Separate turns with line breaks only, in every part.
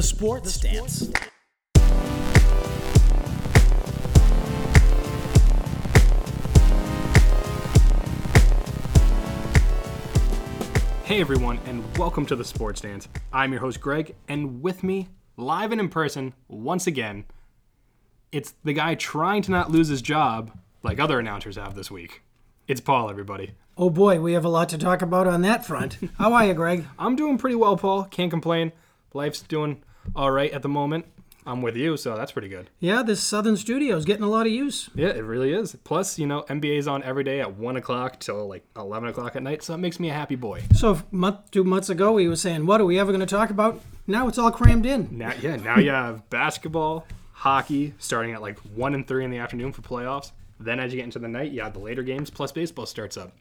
sports stance.
Hey everyone, and welcome to the Sports Dance. I'm your host Greg, and with me, live and in person, once again, it's the guy trying to not lose his job, like other announcers have this week. It's Paul, everybody.
Oh boy, we have a lot to talk about on that front. How are you, Greg?
I'm doing pretty well, Paul. Can't complain. Life's doing all right at the moment. I'm with you, so that's pretty good.
Yeah, this Southern Studio is getting a lot of use.
Yeah, it really is. Plus, you know, NBA's on every day at one o'clock till like eleven o'clock at night, so that makes me a happy boy.
So, a month, two months ago, he was saying, "What are we ever going to talk about?" Now it's all crammed in.
Now, yeah, now you have basketball, hockey, starting at like one and three in the afternoon for playoffs. Then as you get into the night, you have the later games plus baseball starts up.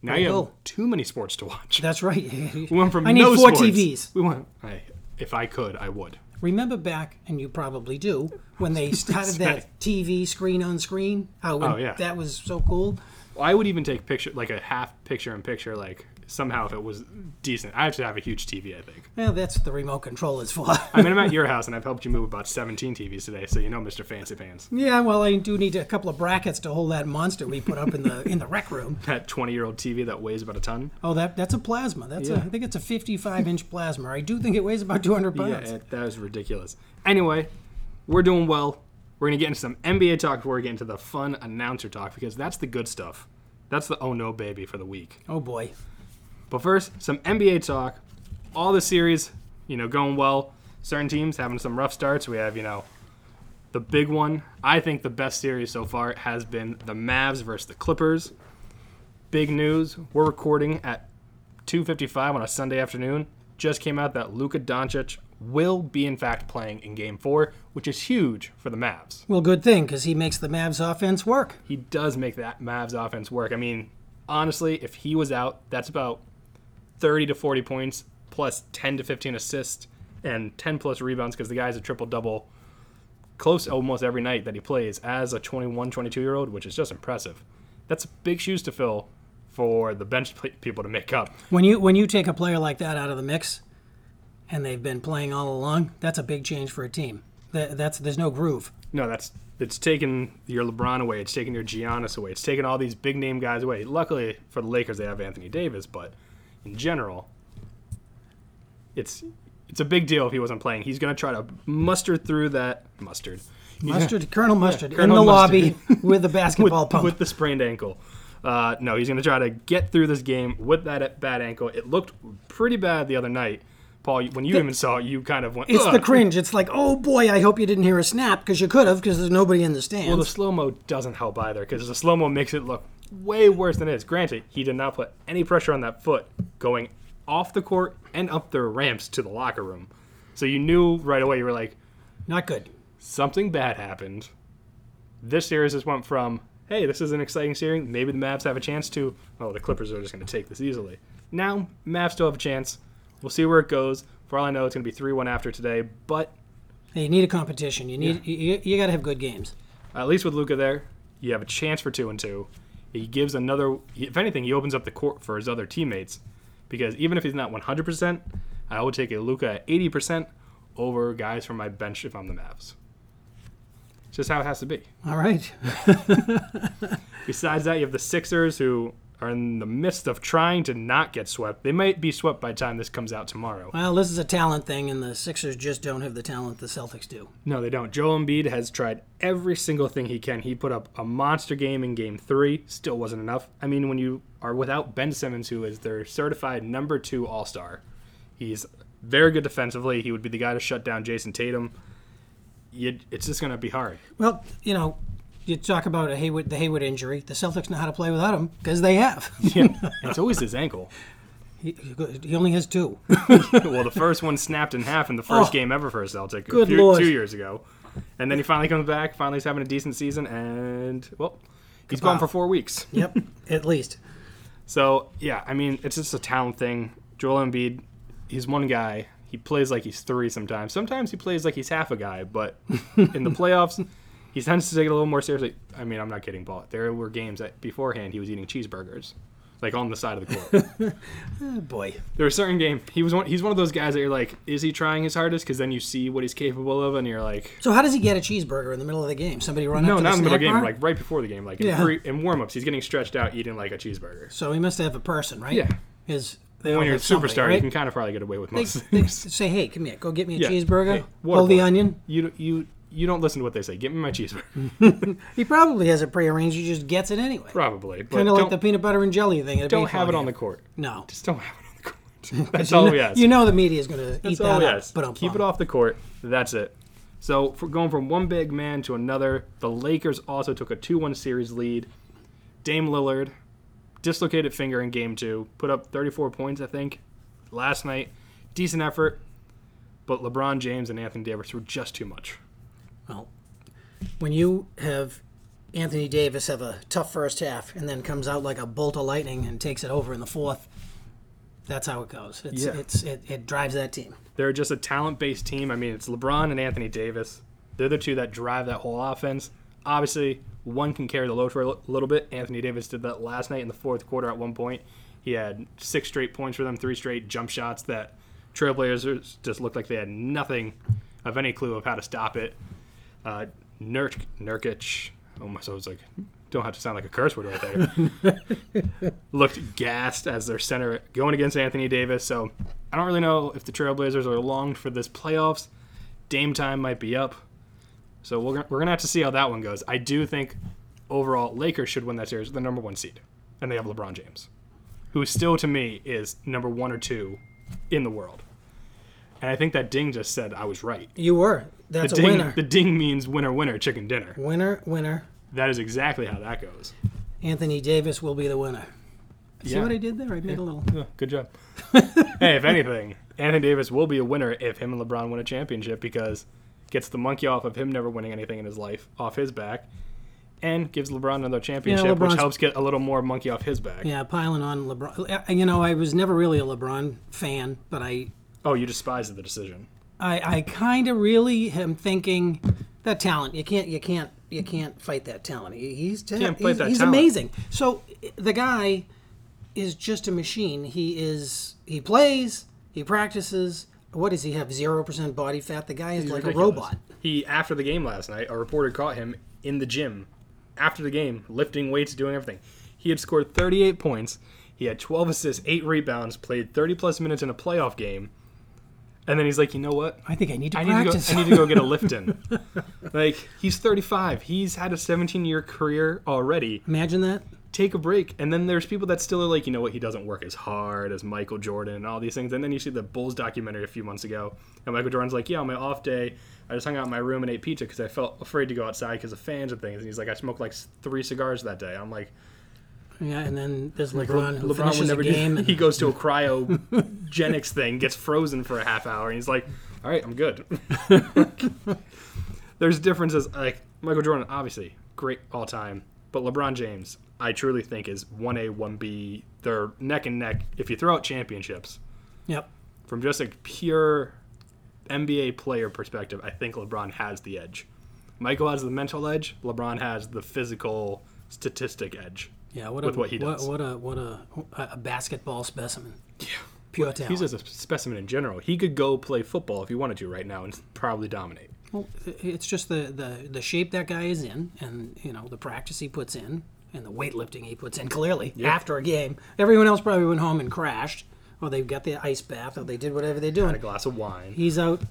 Now you have
cool.
too many sports to watch.
That's right.
We went from
I need
no
four
sports-
TVs.
We went. I, if I could, I would.
Remember back, and you probably do, when they started that TV screen on screen. How when
Oh, yeah.
that was so cool.
I would even take picture like a half picture in picture like somehow if it was decent. I have to have a huge TV. I think.
Well, that's what the remote control is for.
I mean, I'm at your house and I've helped you move about 17 TVs today, so you know, Mr. Fancy Pants.
yeah, well, I do need a couple of brackets to hold that monster we put up in the in the rec room.
That 20 year old TV that weighs about a ton.
Oh, that that's a plasma. That's a,
Yeah.
I think it's a 55 inch plasma. I do think it weighs about 200
Yeah,
pounds.
it, that was ridiculous. Anyway, we're doing well. We're gonna get into some NBA talk before we get into the fun announcer talk because that's the good stuff. That's the oh no baby for the week.
Oh boy.
But first, some NBA talk. All the series, you know, going well. Certain teams having some rough starts. We have, you know, the big one. I think the best series so far has been the Mavs versus the Clippers. Big news. We're recording at 2:55 on a Sunday afternoon. Just came out that Luka Doncic will be in fact playing in Game Four, which is huge for the Mavs.
Well, good thing because he makes the Mavs offense work.
He does make that Mavs offense work. I mean, honestly, if he was out, that's about 30 to 40 points plus 10 to 15 assists and 10 plus rebounds because the guy's a triple double close almost every night that he plays as a 21, 22 year old, which is just impressive. That's big shoes to fill for the bench pl- people to make up.
When you when you take a player like that out of the mix, and they've been playing all along, that's a big change for a team. That, that's there's no groove.
No, that's it's taken your LeBron away. It's taken your Giannis away. It's taken all these big name guys away. Luckily for the Lakers, they have Anthony Davis, but in general, it's it's a big deal if he wasn't playing. He's going to try to muster through that mustard
Mustard, Colonel Mustard,
Colonel
in the
Mustard.
lobby with the
with,
basketball pump.
with the sprained ankle. Uh, no, he's going to try to get through this game with that bad ankle. It looked pretty bad the other night, Paul. When you even saw it, you kind of went.
it's the
"Ugh."
cringe. It's like, oh boy, I hope you didn't hear a snap because you could have because there's nobody in the stands.
Well, the slow mo doesn't help either because the slow mo makes it look way worse than it is. Granted, he did not put any pressure on that foot going off the court and up the ramps to the locker room. So you knew right away, you were like,
Not good.
something bad happened. This series just went from, hey, this is an exciting series. Maybe the Mavs have a chance to, oh, the Clippers are just going to take this easily. Now, Mavs still have a chance. We'll see where it goes. For all I know, it's going to be 3 1 after today, but
Hey, you need a competition. You need you, you got to have good games.
at least with Luca there, you have a chance for two and two. He gives another. If anything, he opens up the court for his other teammates, because even if he's not 100%, I would take a Luca at 80% over guys from my bench if I'm the Mavs. It's just how it has to be.
All right.
Besides that, you have the Sixers who are in the midst of trying to not get swept. They might be swept by the time this comes out tomorrow.
Well, this is a talent thing, and the Sixers just don't have the talent the Celtics do.
No, they don't. Joel Embiid has tried every single thing he can. He put up a monster game in game three, still wasn't enough. I mean, when you are without Ben Simmons, who is their certified number two all star, he's very good defensively. He would be the guy to shut down Jason Tatum. You, it's just going to be hard.
Well, you know, you talk about a Hayward, the Hayward injury. The Celtics know how to play without him because they have.
it's always his ankle.
he, he only has two.
well, the first one snapped in half in the first
Oh.
game ever for a Celtic a
Good
few,
Lord.
two years ago. And then he finally comes back, finally he's having a decent season, and, well, he's gone for four weeks.
yep, at least.
So yeah, I mean, it's just a talent thing. Joel Embiid, he's one guy. He plays like he's three sometimes. Sometimes he plays like he's half a guy, but in the playoffs, he tends to take it a little more seriously. I mean, I'm not kidding, Paul. There were games that beforehand he was eating cheeseburgers. like on the side of the court.
Oh, boy.
there are certain game. He was one. He's one of those guys that you're like, is he trying his hardest? Because then you see what he's capable of, and you're like,
So how does he get a cheeseburger in the middle of the game? Somebody run
no,
up to
not
the
in the middle
snack
of the game,
bar?
like right before the game, like in,
Yeah.
pre, in warm ups, he's getting stretched out eating like a cheeseburger.
So he must have a person, right?
Yeah.
His they all
When you're a
have somebody,
superstar, you
right?
can kind of probably get away with most.
They-
things.
they say, "Hey, come here, go get me a
Yeah.
cheeseburger,
Hey, water
hold the
boy.
onion."
You you you don't listen to what they say. Give me my cheeseburger,
Mm. He probably has it prearranged. He just gets it anyway.
probably. But
Kind of
don't,
like the peanut butter and jelly thing. at a
don't
baseball
have it
game.
on the court.
No,
Just don't have it on the court. That's all we ask.
you know the media is going to eat
That's all
that
we
up.
ask.
But I'm
Keep it off the court. That's it. So for going from one big man to another, the Lakers also took a 2-1 series lead. Dame Lillard dislocated finger in game 2, put up 34 points I think last night. Decent effort, but LeBron James and Anthony Davis were just too much.
Well, when you have Anthony Davis have a tough first half and then comes out like a bolt of lightning and takes it over in the fourth, that's how it goes. It's,
Yeah.
it's it, it drives that team.
They're just a talent-based team. I mean, it's LeBron and Anthony Davis. They're the two that drive that whole offense. Obviously, one can carry the load for a li- little bit. Anthony Davis did that last night in the fourth quarter. At one point, he had six straight points for them, three straight jump shots that Trailblazers just looked like they had nothing of any clue of how to stop it. Uh, Nurk Nurkic, Oh almost I was like, don't have to sound like a curse word right there looked gassed as their center going against Anthony Davis. So I don't really know if the Trailblazers are longed for this playoffs. Dame time might be up. So we're, gonna- we're going to have to see how that one goes. I do think overall Lakers should win that series, the number one seed. And they have LeBron James, who still to me is number one or two in the world. And I think that ding just said I was right.
You were. That's a
Ding,
winner.
The ding means winner, winner, chicken dinner.
winner, winner.
That is exactly how that goes.
Anthony Davis will be the winner. See
Yeah.
what I did there? I made a little.
Yeah, good job. hey, if anything, Anthony Davis will be a winner if him and LeBron win a championship because gets the monkey off of him never winning anything in his life off his back and gives LeBron another championship, which
LeBron's-
helps get a little more monkey off his back.
Yeah, piling on LeBron. Uh, You know, I was never really a LeBron fan, but I,
Oh, you despise the decision.
I, I kind of really am thinking that talent. You can't, you can't, you can't fight that talent. He- He's ta-
Can't fight
he's,
that
he's
talent.
amazing. So the guy is just a machine. He is. He plays. He practices. What does he have? Zero percent body fat. The guy is like
Ridiculous.
a robot.
He after the game last night, a reporter caught him in the gym after the game, lifting weights, doing everything. He had scored 38 points. He had 12 assists, eight rebounds, played 30 plus minutes in a playoff game. And then he's like, you know what?
I think I need to
I need, to
practice.
go, I need to go get a lift in. like, he's 35. He's had a 17 year career already.
Imagine that.
Take a break. And then there's people that still are like, you know what? He doesn't work as hard as Michael Jordan and all these things. And then you see the Bulls documentary a few months ago. And Michael Jordan's like, yeah, on my off day, I just hung out in my room and ate pizza because I felt afraid to go outside because of fans and things. And he's like, I smoked like s- three cigars that day. I'm like,
Yeah, and then there's LeBron. who
LeBron
finishes
would never
a game.
do
and-
He goes to a cryogenics thing, gets frozen for a half hour, and he's like, all right, I'm good. There's differences. Like, Michael Jordan, obviously, great all time. But LeBron James, I truly think, is 1A, 1B. They're neck and neck. If you throw out championships,
yep.
from just a pure NBA player perspective, I think LeBron has the edge. Michael has the mental edge, LeBron has the physical statistic edge.
Yeah, what
with
a
what he does.
What, a what a a basketball specimen. Yeah, pure talent.
He's just a specimen in general. He could go play football if he wanted to right now and probably dominate.
well, it's just the, the the shape that guy is in, and you know the practice he puts in, and the weightlifting he puts in. Clearly, after a game, everyone else probably went home and crashed, or they got the ice bath, or they did whatever they're
A
doing.
glass of wine.
He's out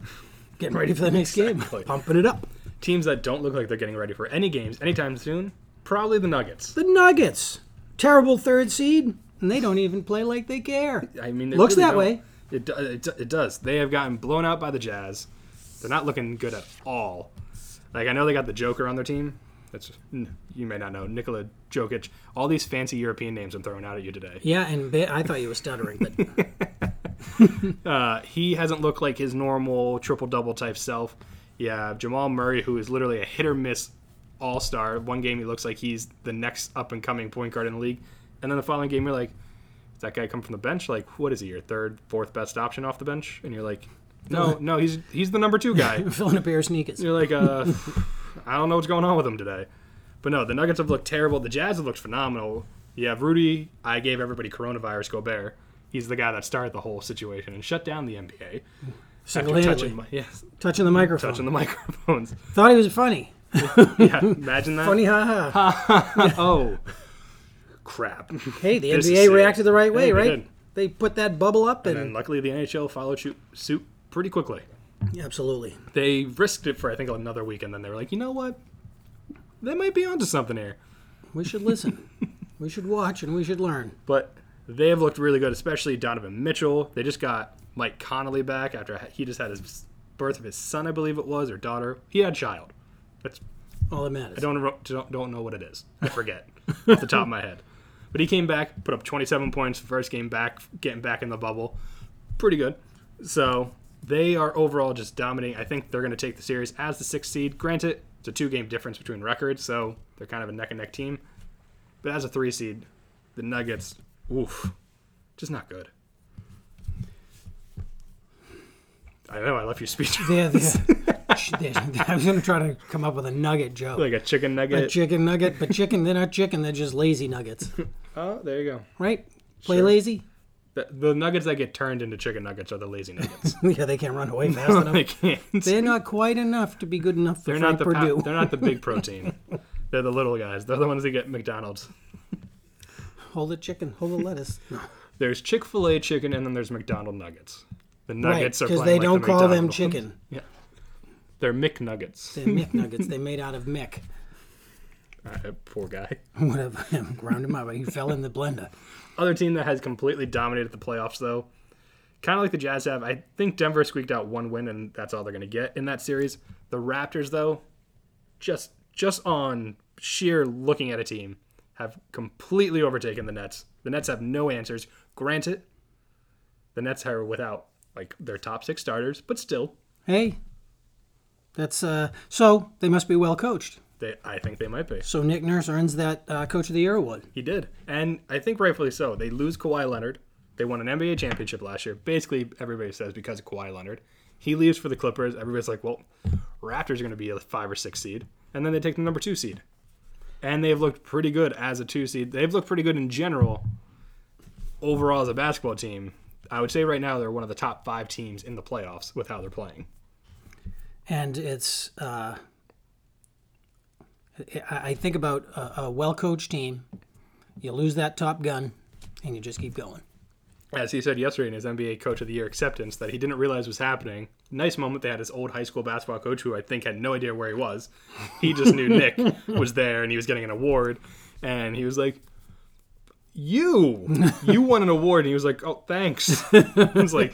getting ready for the next
Exactly.
game, pumping it up.
Teams that don't look like they're getting ready for any games anytime soon, probably the Nuggets.
The Nuggets, terrible third seed, and they don't even play like they care.
I mean, they
Looks
really
that
don't-
way.
It, do- it, do- it does. They have gotten blown out by the Jazz. They're not looking good at all. Like I know they got the Joker on their team. That's you may not know Nikola Jokic. All these fancy European names I'm throwing out at you today.
Yeah, and ba- I thought you were stuttering, but
Uh, he hasn't looked like his normal triple double type self. Yeah, Jamal Murray, who is literally a hit or miss all star. One game he looks like he's the next up and coming point guard in the league, and then the following game you're like, "Does that guy come from the bench? Like, what is he? Your third, fourth best option off the bench?" And you're like, "No, no, he's he's the number two guy."
filling a pair of sneakers.
You're like, uh, I don't know what's going on with them today. But no, the Nuggets have looked terrible. The Jazz have looked phenomenal. You have Rudy. I gave everybody coronavirus. Gobert. He's the guy that started the whole situation and shut down the NBA after touching,
Single-handedly.
mi- yes,
touching the microphone.
touching the microphones.
Thought he was funny.
Yeah, imagine that.
Funny, haha. ha.
Oh, crap.
Hey, the
This is
NBA
serious.
reacted the right way,
Hey, they
right?
did.
They put that bubble up, and,
And luckily, the NHL followed shoot, suit pretty quickly.
absolutely,
They risked it for I think another week, and then they were like, you know what? They might be onto something here.
we should listen, we should watch, and we should learn.
But they have looked really good, especially Donovan Mitchell. They just got Mike Connolly back after he just had his birth of his son, I believe it was, or daughter. He had a child. That's
All that matters.
I don't ro- don't don't know what it is. I forget off the top of my head. But he came back, put up 27 points the first game back, getting back in the bubble. Pretty good. So they are overall just dominating. I think they're going to take the series as the sixth seed. Granted, it's a two game difference between records, so they're kind of a neck and neck team. But as a three seed, the Nuggets, oof, just not good. I know I left you speechless.
They're the- they're- I was gonna try to come up with a nugget joke.
like uh, a chicken nugget.
a chicken nugget, but chicken, they're not chicken, they're just lazy nuggets.
oh, there you go.
Right? Play
Sure.
lazy?
The, the nuggets that get turned into chicken nuggets are the lazy nuggets.
yeah, they can't run away fast enough.
they can't.
They're not quite enough to be good enough for
They're
Frank
not the pa-
Purdue.
they're not the big protein. they're the little guys. They're the ones that get McDonald's.
Hold the chicken, hold the lettuce. No.
There's Chick Fil A chicken, and then there's McDonald nuggets. The nuggets are
because
playing
they
like the
don't call them
McDonald's.
chicken.
Yeah, they're McNuggets.
They're Mick nuggets. They're made out of Mick.
Uh, poor guy.
Whatever. Ground him up. He fell in the blender.
Other team that has completely dominated the playoffs, though, kind of like the Jazz have. I think Denver squeaked out one win, and that's all they're going to get in that series. The Raptors, though, just just on sheer looking at a team, have completely overtaken the Nets. The Nets have no answers. Granted, the Nets are without like their top six starters, but still,
Hey, that's uh. So they must be well coached.
they I think they might be.
So Nick Nurse earns that uh, Coach of the Year award.
He did. And I think rightfully so. They lose Kawhi Leonard. They won an NBA championship last year. Basically, everybody says because of Kawhi Leonard. He leaves for the Clippers. Everybody's like, well, Raptors are going to be a five or six seed. And then they take the number two seed. And they've looked pretty good as a two seed. They've looked pretty good in general overall as a basketball team. I would say right now they're one of the top five teams in the playoffs with how they're playing.
and it's uh, I I think about a, a well-coached team. You lose that top gun, and you just keep going.
as he said yesterday in his NBA Coach of the Year acceptance, that he didn't realize was happening. Nice moment they had his old high school basketball coach, who I think had no idea where he was. He just knew Nick was there and he was getting an award, and he was like, "You, you won an award," and he was like, "Oh, thanks." it was like,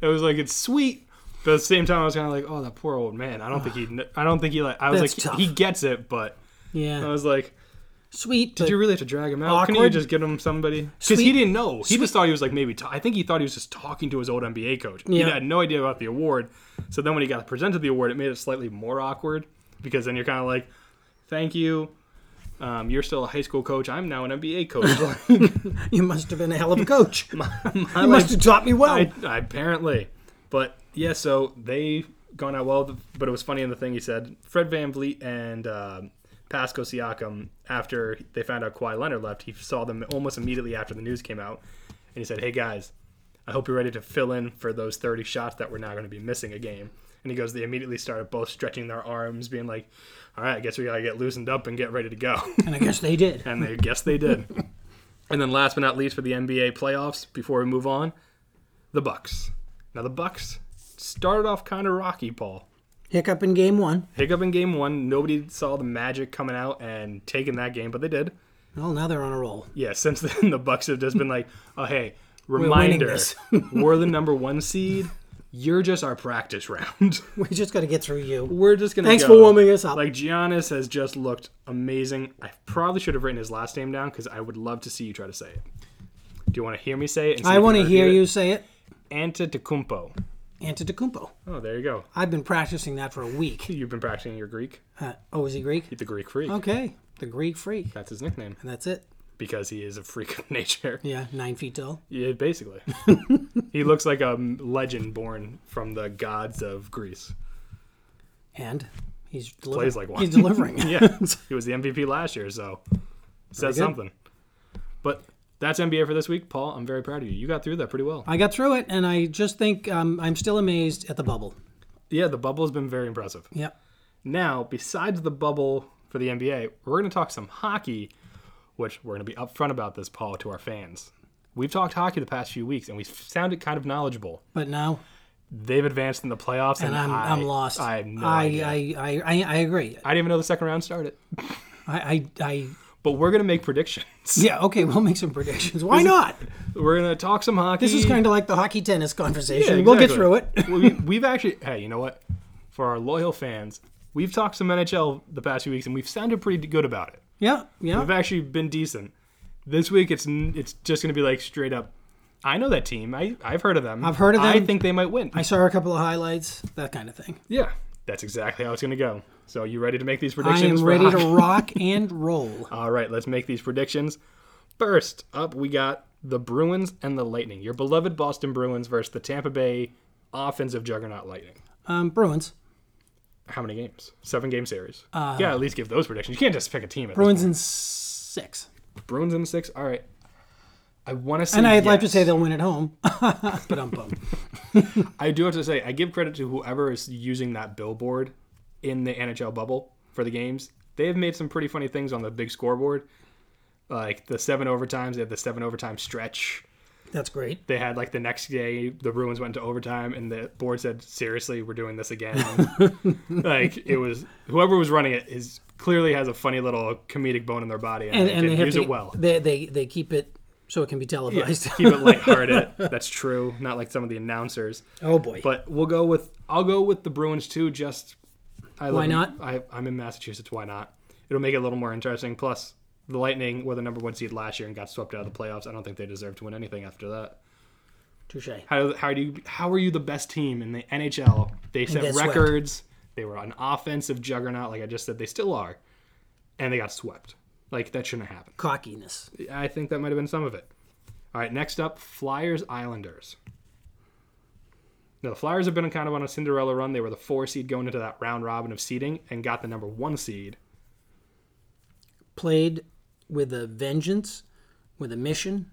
it was like it's sweet. But at the same time, I was kind of like, "Oh, that poor old man." I don't think he, kn- I don't think he like. I was
That's
like,
tough.
he gets it, but I
Yeah,
was like,
sweet.
Uh, did
but-
you really have to drag him out? Couldn't you
Awkward.
just get him somebody? Because he
Sweet-
didn't know. He just thought he was like maybe. ta- I think he thought he was just talking to his old NBA coach.
Yeah.
He had no idea about the award. So then when he got presented the award, it made it slightly more awkward because then you're kind of like, "Thank you, um, you're still a high school coach. I'm now an NBA coach." Like,
you must have been a hell of a coach. you must have taught me well.
I, I- apparently, but yeah. So they gone out well, but it was funny in the thing he said. Fred Van Vliet and um Pasco Siakam, after they found out Kawhi Leonard left, he saw them almost immediately after the news came out, and he said, "Hey guys, I hope you're ready to fill in for those 30 shots that we're now going to be missing a game." And he goes, "They immediately started both stretching their arms, being like." All right, I guess we gotta get loosened up and get ready to go.
and I guess they did.
And they guess they did. and then last but not least for the NBA playoffs, before we move on, the Bucks. Now the Bucks started off kind of rocky, Paul.
Hiccup in game one.
Hiccup in game one, nobody saw the magic coming out and taking that game, but they did.
Well, now they're on a roll.
Yeah, since then the Bucks have just been like, oh hey,
winning
reminder,
this.
we're the number one seed. You're just our practice round.
We just got to get through you.
We're just gonna.
Thanks
go.
for warming us up.
Like Giannis has just looked amazing. I probably should have written his last name down because I would love to see you try to say it. Do you want to hear me say it? and see
I
if
want to
can
hear
repeat
you
it?
say it,
Antetokounmpo.
Antetokounmpo.
Oh, there you go.
I've been practicing that for a week.
You've been practicing your Greek.
Uh, oh, is he Greek?
The Greek freak.
Okay, the Greek freak.
That's his nickname
And that's it.
because he is a freak of nature.
Yeah, nine feet tall.
Yeah, basically. he looks like a um, legend born from the gods of Greece.
And he's delivering.
Plays like one.
He's delivering.
Yeah, he was the MVP last year, so says
good.
something. But that's NBA for this week. Paul, I'm very proud of you. You got through that pretty well.
I got through it, and I just think um, I'm still amazed at the bubble.
Yeah, the bubble has been very impressive.
Yep.
Now, besides the bubble for the NBA, we're going to talk some hockey, which we're going to be upfront about this, Paul, to our fans. We've talked hockey the past few weeks, and we sounded kind of knowledgeable.
But now,
They've advanced in the playoffs, and,
and I'm,
I,
I'm lost.
I have no
I, uh,
idea. I,
I, I, I, I agree.
didn't even know the second round started.
I, I, I,
But we're going to make predictions.
yeah, okay, we'll make some predictions. Why not?
We're going to talk some hockey.
This is kind of like the hockey tennis conversation.
Yeah,
We'll get
exactly.
through it.
we, we've actually, hey, you know what? For our loyal fans, we've talked some NHL the past few weeks, and we've sounded pretty good about it.
Yeah, yeah.
We've actually been decent. This week, it's n- it's just going to be like straight up. I know that team. I I've heard of them.
I've heard of
I
them.
think they might win.
I saw a couple of highlights, that kind of thing.
yeah, that's exactly how it's going to go. So, you ready to make these
I
predictions?
am
for
ready to
hockey?
rock and roll.
All right, let's make these predictions. First up, we got the Bruins and the Lightning. Your beloved Boston Bruins versus the Tampa Bay offensive juggernaut Lightning.
Um, Bruins.
How many games? Seven game series. yeah, at least give those predictions. You can't just pick a team. At this
Uh, Bruins in six.
point. Bruins in six. All right. I want to say.
And I'd like to
yes.
say they'll win at home, but I'm bummed.
I do have to say, I give credit to whoever is using that billboard in the NHL bubble for the games. They have made some pretty funny things on the big scoreboard, like the seven overtimes. They had the seven overtime stretch.
That's great.
They had like the next day, the Bruins went to overtime, and the board said, "Seriously, we're doing this again." like it was whoever was running it is clearly has a funny little comedic bone in their body, and,
And,
they
and
can
they have
use
to,
it well.
They, they they keep it so it can be televised.
Keep it lighthearted. That's true. Not like some of the announcers.
oh boy.
But we'll go with I'll go with the Bruins too. Just I
Why
live in-
not?
I, I'm in Massachusetts. Why not? It'll make it a little more interesting. Plus, the Lightning were the number one seed last year and got swept out of the playoffs. I don't think they deserve to win anything after that.
Touche.
How how do you how are you the best team in the NHL? They set
get swept.
records. They were an offensive juggernaut, like I just said. They still are, and they got swept. Like that shouldn't happen.
Cockiness.
I think that might have been some of it. All right, next up, Flyers Islanders. Now, the Flyers have been kind of on a Cinderella run. They were the four seed going into that round robin of seeding and got the number one seed.
Played with a vengeance, with a mission.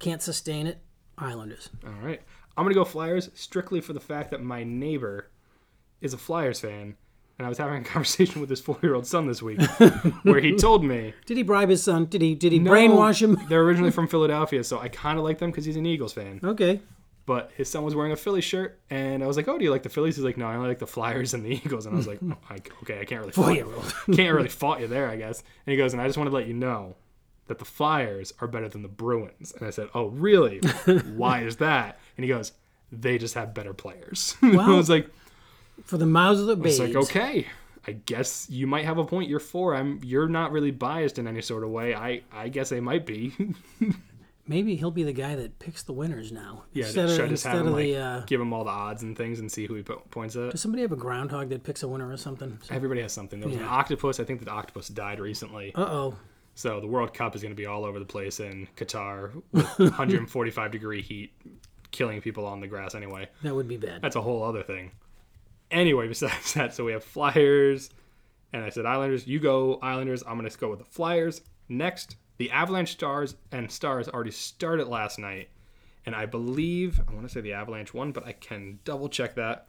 Can't sustain it. Islanders.
All right. I'm going to go Flyers strictly for the fact that my neighbor is a Flyers fan. And I was having a conversation with his four year old son this week where he told me
Did he bribe his son? Did he did he brainwash him?
They're originally from Philadelphia, so I kind of like them because he's an Eagles fan.
Okay.
but his son was wearing a Phillies shirt, and I was like, "Oh, do you like the Phillies?" He's like, "No, I only like the Flyers and the Eagles." And I was like,
Hmm.
oh, I, "Okay, I can't really fault you. can't really fault you there, I guess." And he goes, "And I just wanted to let you know that the Flyers are better than the Bruins." And I said, "Oh, really? Why is that?" And he goes, "They just have better players." I
Wow.
was like,
For the mouths of the babes.
"It's like okay." I guess you might have a point. You're four. I'm. You're not really biased in any sort of way. I. I guess they might be.
Maybe he'll be the guy that picks the winners now.
yeah.
Instead
should I
of,
just
instead
have him,
of
like,
the. Uh,
give him all the odds and things and see who he po- points at?
does somebody have a groundhog that picks a winner or something?
Everybody has something. There was an
Yeah.
octopus. I think that the octopus died recently.
Uh oh.
So the World Cup is going to be all over the place in Qatar with 145 degree heat, killing people on the grass anyway.
That would be bad.
That's a whole other thing. Anyway, besides that, so we have Flyers, and I said Islanders. You go Islanders. I'm going to go with the Flyers. Next, the Avalanche Stars and Stars already started last night, and I believe I want to say the Avalanche won, but I can double check that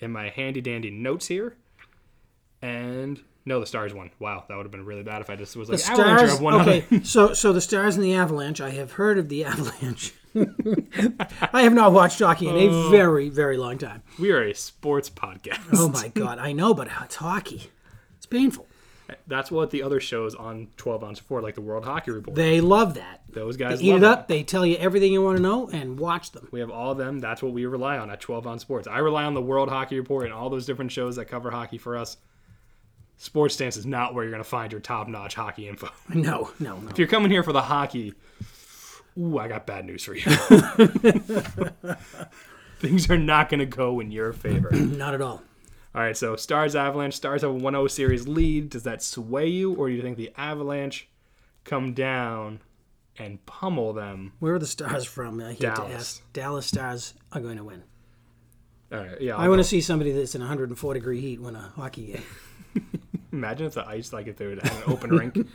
in my handy dandy notes here. And no, the Stars won. Wow, that would have been really bad if I just was like
The
Avalanche have won.
okay, so so the stars and the avalanche. I have heard of the avalanche. I have not watched hockey in
Oh.
a very very long time.
We are a sports podcast.
Oh my god, I know, but it's hockey. It's painful.
That's what the other shows on 12 ounce for, like the World Hockey Report.
They love that.
Those guys
Eat
love
it
that.
up. They tell you everything you want to know and watch them.
We have all of them. That's what we rely on at 12 on Sports. I rely on the World Hockey Report and all those different shows that cover hockey for us. Sports Stance is not where you're going to find your top notch hockey info. If
No, no, no.
you're coming here for the hockey, ooh, I got bad news for you. Things are not going to go in your favor.
Not at all.
All right, so Stars Avalanche. Stars have a 1 0 series lead. Does that sway you, or do you think the Avalanche come down and pummel them?
Where are the stars from? I hate
Dallas.
to ask. Dallas stars are going to win.
All right, yeah.
I want to see somebody that's in 104 degree heat win a hockey game.
Imagine if the ice, like if they would have an open rink.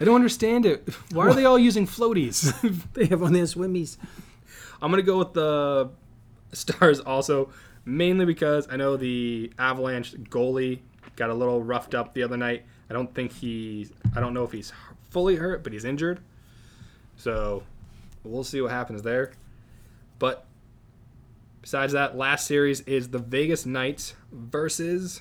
I don't understand it. Why are they all using floaties?
They have on their swimmies.
I'm gonna go with the Stars also, mainly because I know the Avalanche goalie got a little roughed up the other night. I don't think he, I don't know if he's fully hurt, but he's injured. So we'll see what happens there. But besides that, last series is the Vegas Knights versus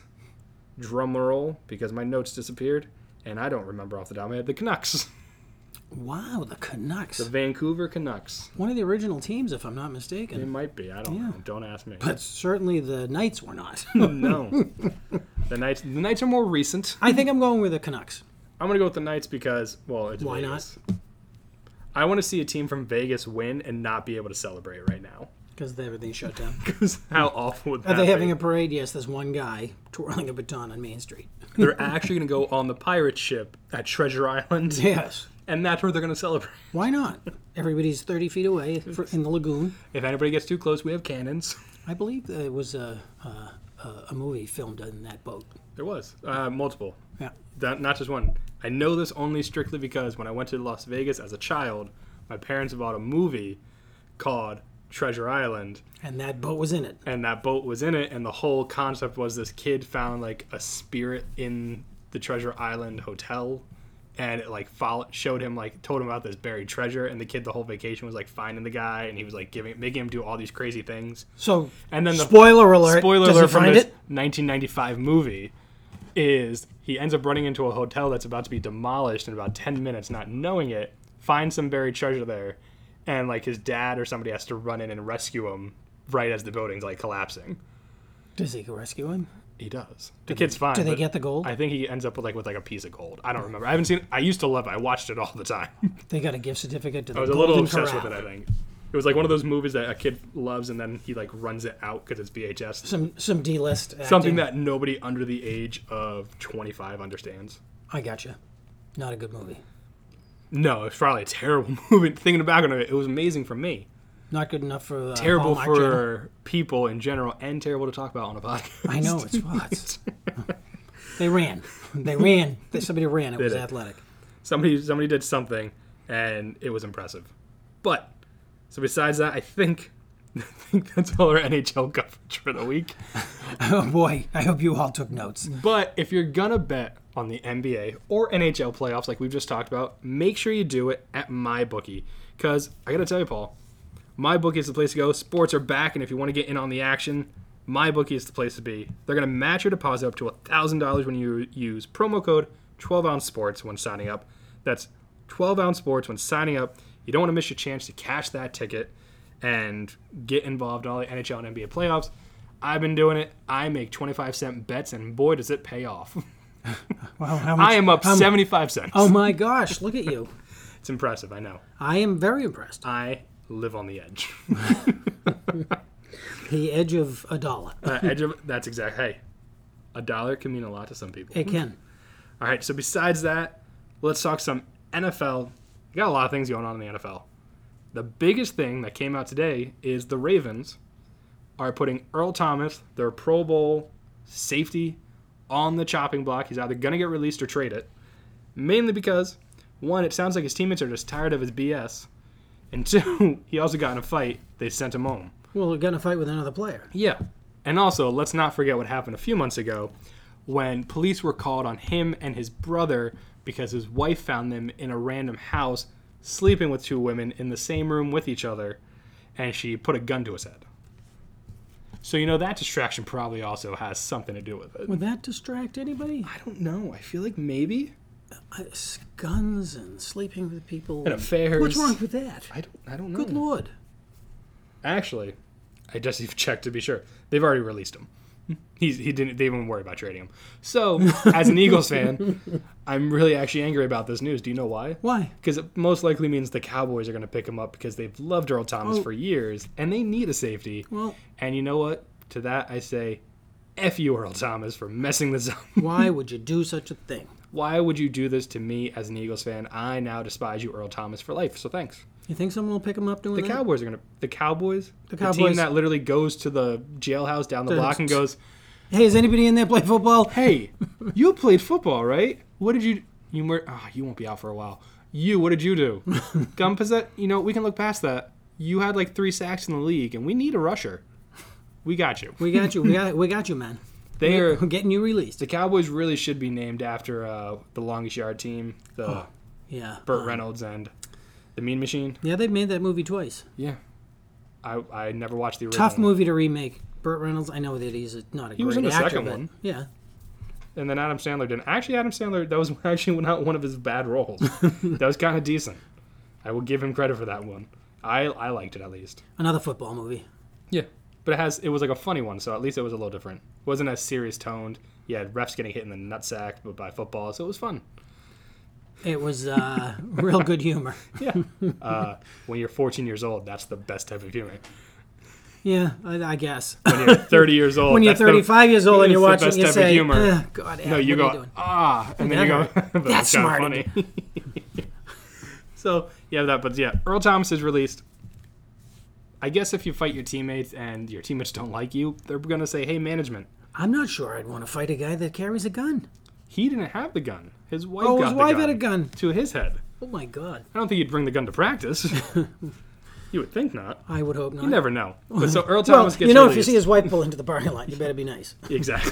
drumroll because my notes disappeared and I don't remember off the top of my head the Canucks,
Wow, the Canucks.
the Vancouver Canucks.
One of the original teams, if I'm not
It
mistaken.
might be. I don't
Yeah.
know. Don't ask me.
But certainly the Knights were not.
no. The Knights the Knights are more recent.
I think I'm going with the Canucks.
I'm gonna go with the Knights because well it's
Why
Vegas. I want to see a team from Vegas win and not be able to celebrate right now.
Because everything's shut down.
'Cause how awful would that
Are they
be?
having a parade? Yes, there's one guy twirling a baton on Main Street.
They're actually gonna go on the pirate ship at Treasure Island,
Yes.
and that's where they're gonna celebrate.
Why not? Everybody's 30 feet away fr in the lagoon.
If anybody gets too close, we have cannons.
I believe there was a, a, a- a movie filmed in that boat.
There was uh, multiple.
Yeah.
That, not just one. I know this only strictly because when I went to Las Vegas as a child, my parents bought a movie called Treasure Island,
And that boat was in it.
and that boat was in it, and the whole concept was this kid found like a spirit in the Treasure Island hotel, and it like followed, showed him like told him about this buried treasure, and the kid the whole vacation was like finding the guy, and he was like giving making him do all these crazy things,
So,
and then the
spoiler alert.
spoiler
does
alert
he
from
find
this
it?
1995 movie is he ends up running into a hotel that's about to be demolished in about 10 minutes not knowing it finds some buried treasure there and like his dad or somebody has to run in and rescue him right as the building's like collapsing
Does he go rescue him?
he does the kid's fine
Do they
but
get the gold?
i think he ends up with like with like a piece of gold i don't remember i haven't seen i used to love it i watched it all the time
They got a gift certificate to the
i was a
Golden
little obsessed
Corral.
with it i think it was like one of those movies that a kid loves and then he like runs it out because it's vhs
Some some D list.
something that nobody under the age of 25 understands.
I gotcha. Not a good movie.
No, it's probably a terrible movie. Thinking back on it, it was amazing for me.
Not good enough for uh,
Terrible
Hallmark
for
Channel.
people in general, and terrible to talk about on a podcast.
I know it's lots. they ran. They ran. They- Somebody ran. It was
it.
athletic.
somebody somebody did something, and it was impressive. But so besides that, I think I think that's all our NHL coverage for the week.
Oh boy! I hope you all took notes.
But if you're gonna bet on the NBA or NHL playoffs, like we've just talked about, make sure you do it at MyBookie. Because I gotta tell you, Paul, MyBookie is the place to go. Sports are back, and if you want to get in on the action, MyBookie is the place to be. They're gonna match your deposit up to thousand dollars when you use promo code 12 ounce sports when signing up. That's 12 ounce sports when signing up. You don't want to miss your chance to cash that ticket and get involved in all the NHL and NBA playoffs. I've been doing it. I make 25 cent bets, and boy, does it pay off.
Wow! How much,
I am up
how mu-
75 cents.
Oh my gosh! Look at you.
It's impressive, I know.
I am very impressed.
I live on the edge.
The edge of a dollar.
Uh, edge of that's exact. Hey, a dollar can mean a lot to some people.
It can.
All right. So besides that, let's talk some NFL. You got a lot of things going on in the NFL. The biggest thing that came out today is the Ravens are putting Earl Thomas, their Pro Bowl safety, on the chopping block. He's either going to get released or trade it. Mainly because, one, it sounds like his teammates are just tired of his BS. And two, he also got in a fight. They sent him home.
Well, we're gonna fight with another player.
Yeah. And also, let's not forget what happened a few months ago when police were called on him and his brother because his wife found them in a random house sleeping with two women in the same room with each other and she put a gun to his head. So, you know, that distraction probably also has something to do with it.
Would that distract anybody?
I don't know. I feel like maybe
Uh, s- guns and sleeping with people.
an affair.
What's wrong with that?
I don't, I don't know.
Good lord.
Actually, I just even checked to be sure. They've already released him. He's, he didn't. They even worry about trading him. So, as an Eagles fan, I'm really actually angry about this news. Do you know why?
Why?
Because it most likely means the Cowboys are going to pick him up because they've loved Earl Thomas
Oh.
for years and they need a safety.
Well,
And you know what? To that I say, f you, Earl Thomas, for messing this up.
why would you do such a thing?
why would you do this to me as an Eagles fan? I now despise you, Earl Thomas, for life. So thanks.
You think someone will pick him up doing
The
that?
Cowboys are gonna. The Cowboys. The, team
Cowboys-
that literally goes to the jailhouse down the
The-
block and goes,
Hey, is anybody in there play football?
Hey, you played football, right? What did you? You were. ah, you won't be out for a while. You. What did you do? Gum possess. You know we can look past that. You had like three sacks in the league, and we need a rusher. We got you.
We got you. We got we got you, man.
They are.
We're getting you released.
The Cowboys really should be named after uh, the longest yard team, the
Yeah.
Burt Reynolds and the Mean Machine.
Yeah, they've made that movie twice.
Yeah, I I never watched the original.
Tough movie to remake. Burt Reynolds, I know that he's a, not a great
was in the
actor,
second
but-
one.
Yeah.
And then Adam Sandler did. Actually, Adam Sandler that was actually not one of his bad roles. that was kind of decent. I will give him credit for that one. I I liked it at least.
Another football movie.
Yeah, but it has it was like a funny one, so at least it was a little different. It wasn't as serious toned. Yeah, refs getting hit in the nutsack, but by football, so it was fun.
It was uh, real good humor.
Yeah. uh, when you're 14 years old, that's the best type of humor.
Yeah, I, I guess.
When you're 30 years old,
when you're
that's the-
35 years old and
it's
you're
the
watching,
best
you
type of
say,
humor.
"Ugh, God, Adam,
No, you
what are
go
doing?"
ah, and then you go.
That
but
That's
kinda
smart.
so yeah, that. But yeah, Earl Thomas is released. I guess if you fight your teammates and your teammates don't like you, they're gonna say, "Hey, management,
I'm not sure I'd want to fight a guy that carries a gun.
he didn't have the gun. His wife
Oh,
got
his
the
wife
gun
had a gun.
to his head.
Oh my God.
I don't think you'd bring the gun to practice. you would think not.
I would hope not.
You never know. But so Earl
well,
Thomas gets
you know, if you
released.
see his wife pull into the parking lot, you better be nice.
exactly.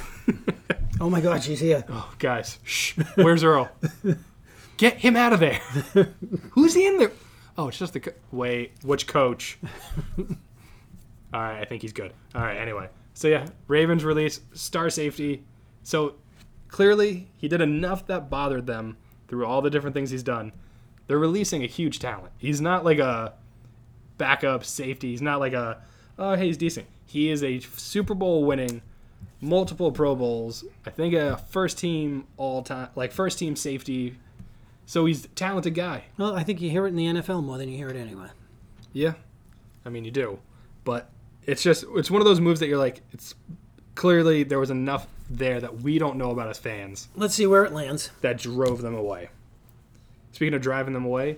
Oh my God, she's here.
Oh, guys, shh. Where's Earl? Get him out of there. Who's in there? Oh, it's just the co- wait. Which coach? All right, I think he's good. All right, anyway. So yeah, Ravens release star safety. So clearly, he did enough that bothered them through all the different things he's done. They're releasing a huge talent. He's not like a backup safety. He's not like a oh hey he's decent. He is a Super Bowl winning multiple Pro Bowls. I think a first team all time, like first team safety. So he's a talented guy.
Well, I think you hear it in the NFL more than you hear it anyway.
Yeah, I mean you do, but it's just it's one of those moves that you're like it's clearly there was enough there that we don't know about as fans
Let's see where it lands.
that drove them away. Speaking of driving them away,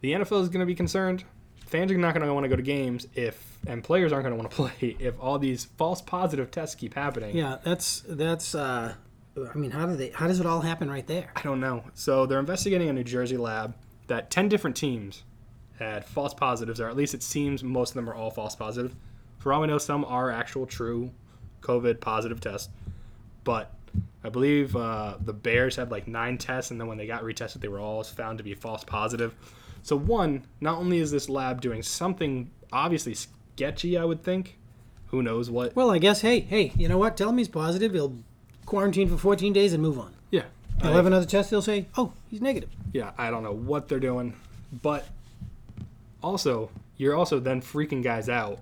the NFL is going to be concerned. Fans are not going to want to go to games if, and players aren't going to want to play if all these false positive tests keep happening.
Yeah, that's that's. Uh, I mean, how do they? How does it all happen right there?
I don't know. So they're investigating a New Jersey lab that 10 different teams had false positives, or at least it seems most of them are all false positive. For all we know, some are actual true COVID positive tests. But I believe uh, the Bears had like nine tests, and then when they got retested, they were all found to be false positive. So, one, not only is this lab doing something obviously sketchy, I would think. Who knows what?
Well, I guess. Hey, hey, you know what? Tell him he's positive. He'll quarantine for 14 days and move on.
Yeah.
He'll have another test. He'll say, "Oh, he's negative."
yeah, I don't know what they're doing, but also you're also then freaking guys out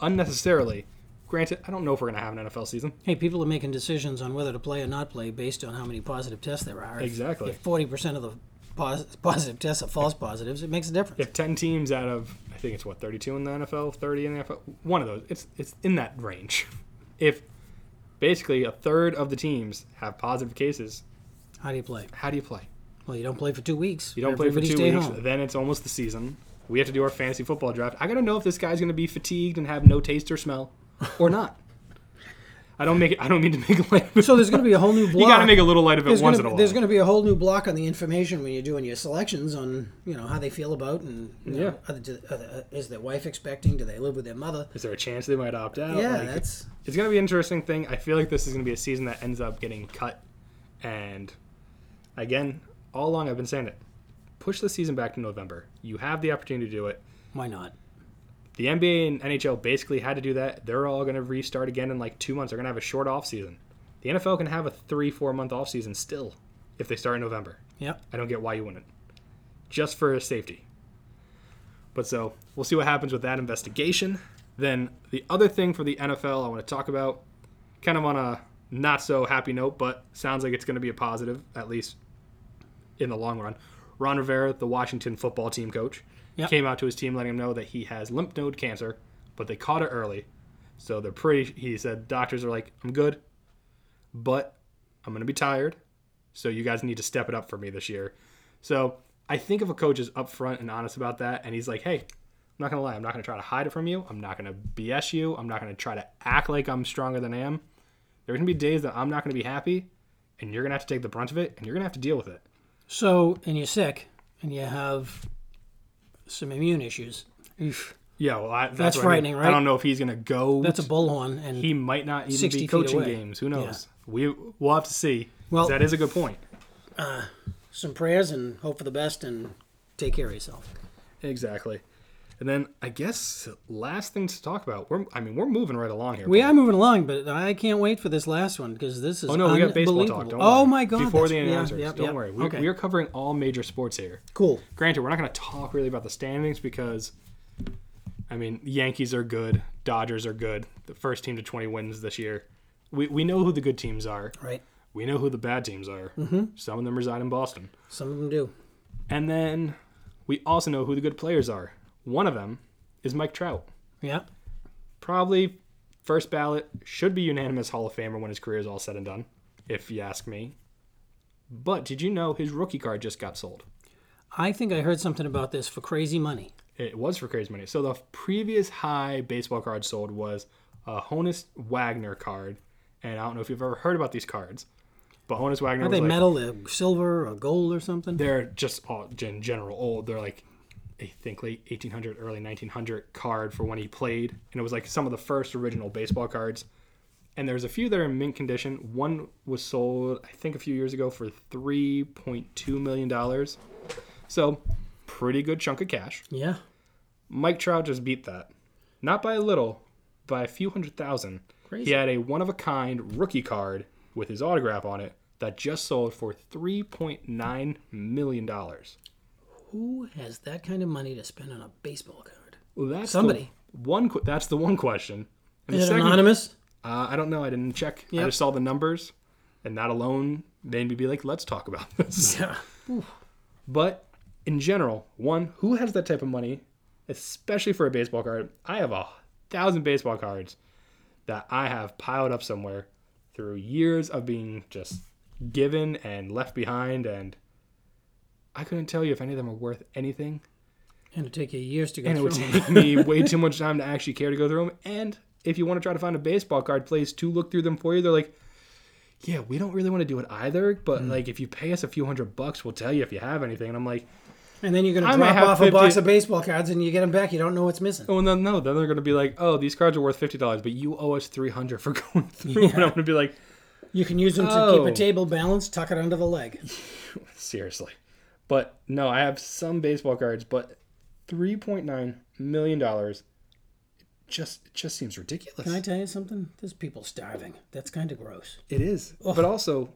unnecessarily. Granted, I don't know if we're gonna have an NFL season.
Hey, people are making decisions on whether to play or not play based on how many positive tests there are. If-
Exactly.
If 40% of the pos- positive tests are false positives, it makes a difference.
If ten teams out of I think it's what thirty-two in the NFL, thirty in the NFL, one of those, it's it's in that range. If basically a third of the teams have positive cases,
How do you play?
how do you play?
Well, you don't play for two weeks.
You don't play for two weeks, then it's almost the season. We have to do our fantasy football draft. I gotta know if this guy's gonna be fatigued and have no taste or smell, or not. I don't make. It, I don't mean to make light. Of it.
So there's going to be a whole new block.
you gotta make a little light of it
there's
once
gonna,
in a while.
There's going to be a whole new block on the information when you're doing your selections on you know how they feel about and you know,
Yeah.
are the, are the- uh, is their wife expecting? Do they live with their mother?
Is there a chance they might opt out?
yeah,
Like,
that's
it's gonna be an interesting thing. I feel like this is gonna be a season that ends up getting cut. And again, all along I've been saying it. Push the season back to November. You have the opportunity to do it.
why not.
The NBA and NHL basically had to do that. They're all going to restart again in like two months. They're going to have a short off season. The NFL can have a three, four month off season still if they start in November.
Yep.
I don't get why you wouldn't, just for safety. But so we'll see what happens with that investigation. Then the other thing for the NFL I want to talk about, kind of on a not so happy note, but sounds like it's going to be a positive at least in the long run. Ron Rivera, the Washington football team coach,
Yep.
came out to his team letting him know that he has lymph node cancer, but they caught it early. So they're pretty. He said doctors are like, I'm good, but I'm going to be tired. So you guys need to step it up for me this year. So I think if a coach is upfront and honest about that, and he's like, hey, I'm not going to lie. I'm not going to try to hide it from you. I'm not going to BS you. I'm not going to try to act like I'm stronger than I am. There are going to be days that I'm not going to be happy, and you're going to have to take the brunt of it, and you're going to have to deal with it.
So, and you're sick, and you have some immune issues. Oof.
Yeah, well, I, that's,
That's
what I mean.
frightening,
I
right?
don't know if he's going to go.
That's a bullhorn, and
he might not even
60
be
feet
coaching
away.
games. Who knows? We we'll have to see.
Well-
that is a good point.
some prayers, and hope for the best, and take care of yourself.
Exactly. And then I guess last thing to talk about. We're I mean we're moving right along here.
We are moving along, but I can't wait for this last one because this is
Oh no, we got baseball talk.
unbelievable.
Don't
oh
worry.
my god!
Before
that's-
the
yeah,
announcers,
yep,
don't
yep.
worry. We,
okay,
we are covering all major sports here.
cool.
Granted, we're not going to talk really about the standings because, I mean, the Yankees are good, Dodgers are good. The first team to 20 wins this year. We we know who the good teams are.
Right,
We know who the bad teams are.
Mm-hmm.
Some of them reside in Boston.
some of them do.
And then we also know who the good players are. One of them is Mike Trout.
Yeah,
Probably first ballot, should be unanimous Hall of Famer when his career is all said and done, if you ask me. But did you know his rookie card just got sold?
I think I heard something about this for crazy money.
It was for crazy money. So the previous high baseball card sold was a Honus Wagner card. And I don't know if you've ever heard about these cards, but Honus Wagner
Are
was
they
like,
metal, or silver, or gold, or something?
they're just all in general old. They're like, I think late 1800, early 1900 card for when he played, and it was like some of the first original baseball cards. And there's a few that are in mint condition. One was sold, I think, a few years ago for 3.2 million dollars. So, pretty good chunk of cash.
Yeah,
Mike Trout just beat that, not by a little, by a few hundred thousand.
Crazy.
He had a one of a kind rookie card with his autograph on it that just sold for 3.9 million dollars.
who has that kind of money to spend on a baseball card?
Well, that's
Somebody.
the one. que- That's the one question. And the
Is it
second-
anonymous?
Uh, I don't know. I didn't check. I
Yep.
just saw the numbers, and that alone made me be like, "Let's talk about this."
Yeah.
But in general, one who has that type of money, especially for a baseball card. I have a thousand baseball cards that I have piled up somewhere through years of being just given and left behind, and I couldn't tell you if any of them are worth anything.
And it take you years to go
and it
through.
would
them.
take me way too much time to actually care to go through them. And if you want to try to find a baseball card place to look through them for you, they're like, yeah, we don't really want to do it either. But like, if you pay us a few hundred bucks, we'll tell you if you have anything. And I'm like,
And then you're going
I
to
might
drop
have
off a box
50
of baseball cards and you get them back. You don't know what's missing.
oh no, no. Then they're gonna be like, oh, these cards are worth fifty dollars, but you owe us three hundred for going through. And I'm gonna be like,
You can use them to
Oh.
keep a table balanced, tuck it under the leg.
seriously. But no, I have some baseball cards, but three point nine million dollars. Just, it just seems ridiculous.
Can I tell you something? There's people starving. That's kind of gross.
It is. But also,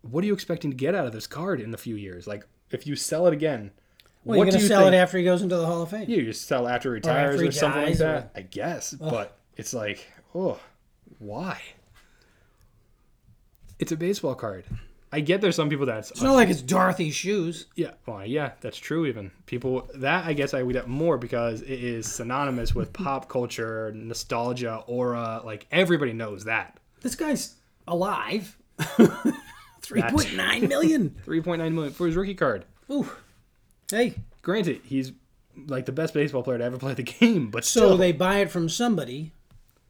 what are you expecting to get out of this card in a few years? Like, if you sell it again,
Well,
what
you're
do
going
you
to sell
think?
it after he goes into the Hall of Fame.
Yeah, you sell after he
after
retires or,
he
something like
dies
that.
or-
I guess, but it's like, oh, why? It's a baseball card. I get there's some people that's
It's not like it's Dorothy's shoes.
yeah, well, yeah, that's true. Even people that I guess I would up more because it is synonymous with pop culture, nostalgia, aura. Like everybody knows that.
This guy's alive. 3.9 million.
Three point nine million for his rookie card.
Ooh. Hey.
granted, he's like the best baseball player to ever play the game, but
So
still.
they buy it from somebody.